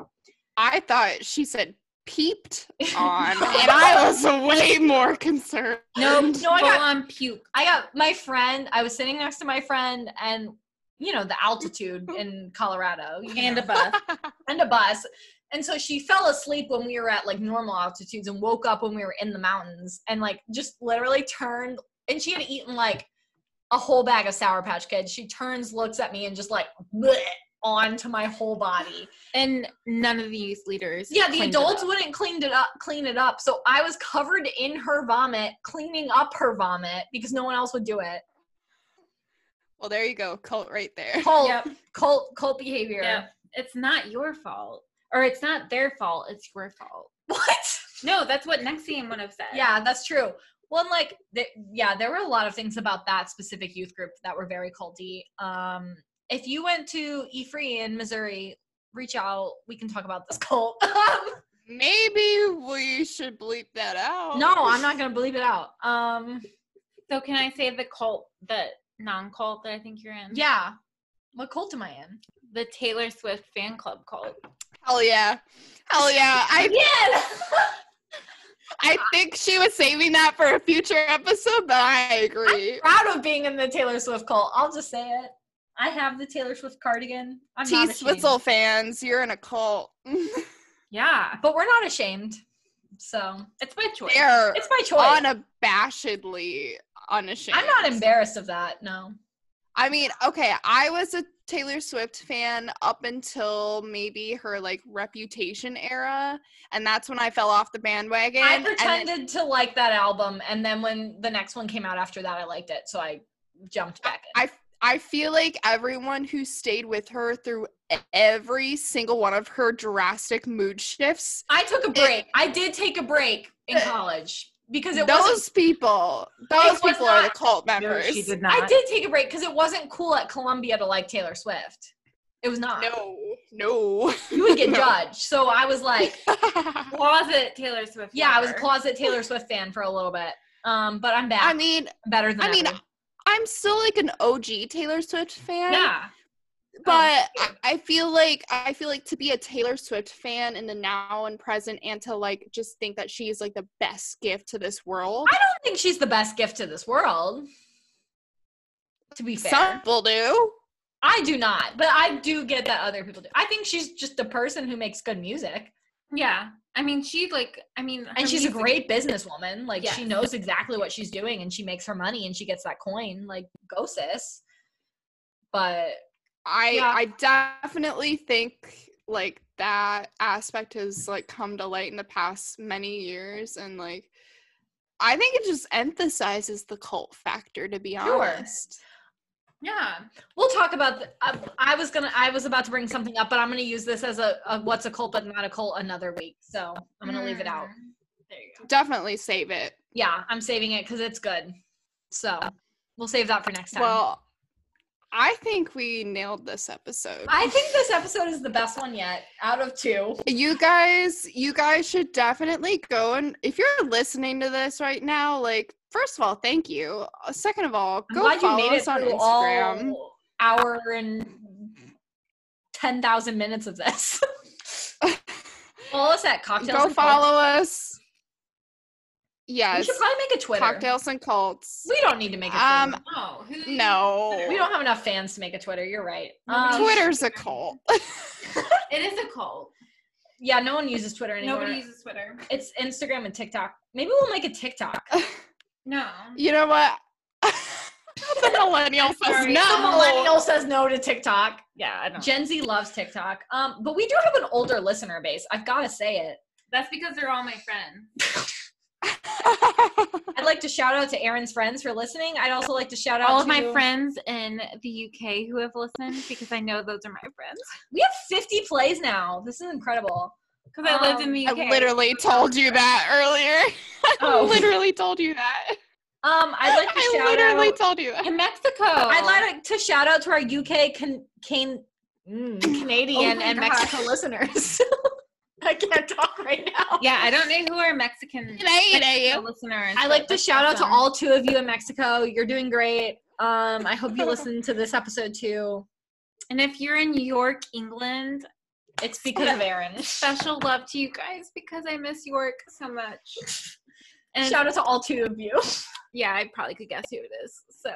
S1: i thought she said peeped on and i was way more concerned
S3: no,
S2: No,
S3: no,
S2: I
S3: I
S2: got-
S3: got on puke.
S2: I got my friend. I was sitting next to my friend, and you know the altitude in Colorado. you
S3: And
S2: know.
S3: a bus.
S2: and a bus. And so she fell asleep when we were at like normal altitudes and woke up when we were in the mountains and like just literally turned and she had eaten like a whole bag of Sour Patch Kids. She turns, looks at me, and just like bleh, onto my whole body.
S3: and none of the youth leaders.
S2: Yeah, the
S3: cleaned it
S2: adults
S3: up.
S2: wouldn't clean it up, clean it up. So I was covered in her vomit, cleaning up her vomit because no one else would do it.
S1: well there you go cult right there
S2: Cult,
S3: Yep.
S2: cult, cult behavior.
S3: Yep. It's not your fault, or it's not their fault. It's your fault.
S2: What?
S3: No, that's what Nexium would have said.
S2: Yeah, that's true. Well, and, like, th- yeah, there were a lot of things about that specific youth group that were very culty. Um, if you went to Efree in Missouri, reach out. We can talk about this cult. no,
S1: Maybe we should bleep that out.
S2: I'm not gonna believe it out. Um,
S3: So can I say the cult, the non-cult that I think you're in?
S2: yeah, what cult am I in?
S3: the Taylor Swift fan club cult.
S1: Hell yeah. Hell yeah. I I think she was saving that for a future episode, but I agree.
S2: Proud of being in the Taylor Swift cult. I'll just say it. I have the Taylor Swift cardigan. I'm
S1: T
S2: not ashamed.
S1: Swizzle fans, you're in a cult.
S3: Yeah,
S2: but we're not ashamed. So
S3: it's by choice.
S1: They're
S2: it's my choice.
S1: unabashedly unashamed.
S2: I'm not embarrassed of that. No.
S1: I mean, okay, I was a Taylor Swift fan up until maybe her like reputation era, and that's when I fell off the bandwagon.
S2: I
S1: and then-
S2: pretended to like that album, and then when the next one came out after that, I liked it, so I jumped back in.
S1: I I feel like everyone who stayed with her through every single one of her drastic mood shifts,
S2: I took a break. I did take a break in college because it wasn't.
S1: those people, those
S2: It was
S1: people are the
S2: not-
S1: cult members.
S3: she did not.
S2: I did take a break because it wasn't cool at Columbia to like Taylor Swift. It was not.
S1: No, No.
S2: You would get
S1: No.
S2: judged. So I was like,
S3: Closet Taylor Swift.
S2: yeah, I was a
S3: lover.
S2: closet Taylor Swift fan for a little bit. Um, but I'm back.
S1: I mean,
S2: better than
S1: I mean,
S2: ever.
S1: I'm still like an OG Taylor Swift fan.
S5: Yeah.
S2: Oh.
S1: but I, I feel like I feel like to be a Taylor Swift fan in the now and present, and to like just think that she is like the best gift to this world.
S2: I don't think she's the best gift to this world. To be fair,
S1: Some people do.
S2: I do not, but I do get that other people do. I think she's just a person who makes good music,
S3: Yeah. I mean, she like. I mean, her
S2: and she's a
S3: music-
S2: great businesswoman. Like she
S3: Yes.
S2: knows exactly what she's doing, and she makes her money, and she gets that coin. Like go sis. But
S1: I
S2: Yeah.
S1: I definitely think like that aspect has like come to light in the past many years and like I think it just emphasizes the cult factor to be
S2: Sure.
S1: honest.
S3: Yeah.
S2: we'll talk about. The, I, I was gonna. I was about to bring something up, but I'm gonna use this as a, a what's a cult but not a cult another week. So I'm gonna leave it out.
S3: There you go.
S1: Definitely save it.
S2: Yeah, I'm saving it because it's good. So we'll save that for next time.
S1: Well, I think we nailed this episode.
S2: I think this episode is the best one yet out of two.
S1: you guys you guys should definitely go and if you're listening to this right now like first of all thank you Uh, second of all
S2: I'm
S1: go
S2: glad you
S1: follow
S2: made it
S1: us on
S2: through
S1: instagram
S2: all hour and ten thousand minutes of this. follow us at cocktails.
S1: go
S2: and Cults.
S1: follow us
S2: We
S1: yes
S2: should probably make a Twitter.
S1: cocktails and cults
S2: We don't need to make a
S1: Um,
S2: Twitter.
S3: No. Who do you-
S1: no
S2: we don't have enough fans to make a Twitter. You're right. Um,
S1: twitter's a cult
S3: It is a cult.
S2: Yeah, no one uses Twitter anymore.
S3: Nobody uses Twitter.
S2: it's Instagram and TikTok. Maybe we'll make a TikTok.
S3: No.
S1: you know what the millennial says
S2: The
S3: sorry.
S1: no
S2: millennial says no to TikTok.
S3: Yeah, I don't.
S2: Gen Z loves TikTok. Um, but we do have an older listener base. I've got to say it.
S3: That's because they're all my friends.
S2: I'd like to shout out to Aaron's friends for listening. I'd also like to shout out
S3: all of
S2: to
S3: my friends in the UK who have listened because I know those are my friends.
S2: We have 50 plays now. This is incredible.
S3: Because I
S2: Um,
S3: lived in the
S1: i
S3: UK.
S1: literally told you that earlier i literally told you that
S2: Um, Oh. I'd like to
S1: i
S2: shout
S1: literally
S2: out.
S1: told you that
S3: in Mexico.
S2: I'd like to shout out to our UK can, can, mm, Canadian
S3: my
S2: and
S3: gosh.
S2: Mexico listeners. I can't talk right now.
S3: Yeah, I don't know who are Mexican Mexico listeners.
S2: I
S3: but
S2: like to
S3: that's
S2: shout out to
S3: awesome.
S2: all two of you in Mexico. You're doing great. Um, I hope you listen to this episode too.
S3: And if you're in York, England,
S2: It's because of Aaron.
S3: special love to you guys because I miss York so much. And
S2: Shout out to all two of you.
S3: yeah, I probably could guess who it is. So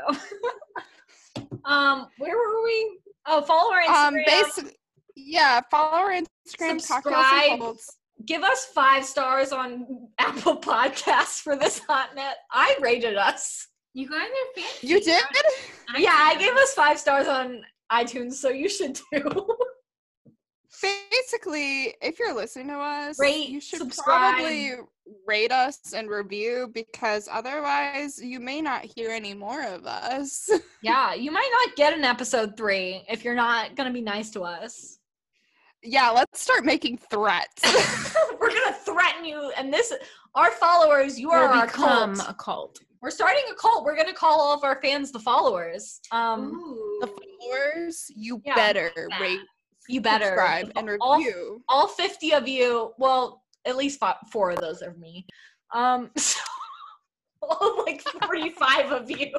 S2: Um, where were we? Oh, follow our Instagram.
S1: um basically yeah follow our instagram cocktails
S2: Subscribe.
S1: and Cults.
S2: Give us five stars on Apple Podcasts for this hot net. I rated us.
S3: you guys are fancy.
S1: you did
S2: yeah, I gave us five stars on iTunes, so you should too.
S1: basically if you're listening to us
S2: Rate,
S1: you should
S2: subscribe.
S1: probably rate us and review because otherwise you may not hear any more of us
S2: yeah, you might not get an episode three if you're not gonna be nice to us.
S1: yeah let's start making threats
S2: We're gonna threaten you, and this our followers. You are
S3: We'll
S2: our
S3: become
S2: cult.
S3: a cult.
S2: We're starting a cult. We're gonna call all of our fans the followers. Um,
S1: the
S3: Ooh.
S1: followers you
S2: Yeah,
S1: better
S3: that.
S1: rate
S2: you better
S1: subscribe and
S2: all-
S1: review
S2: all 50 of you well at least fi- four of those are me um so all like 45 of you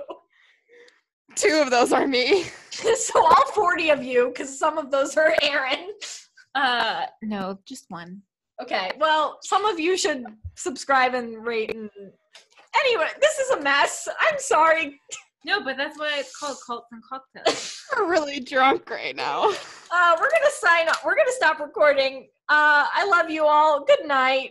S1: two of those are me
S2: so all 40 of you because some of those are aaron
S3: Uh, no, just one.
S2: okay well some of you should subscribe and rate and anyway this is a mess i'm sorry
S3: No, but that's what it's called, cults and cocktails.
S1: we're really drunk right now
S2: uh we're gonna sign up we're gonna stop recording uh i love you all good night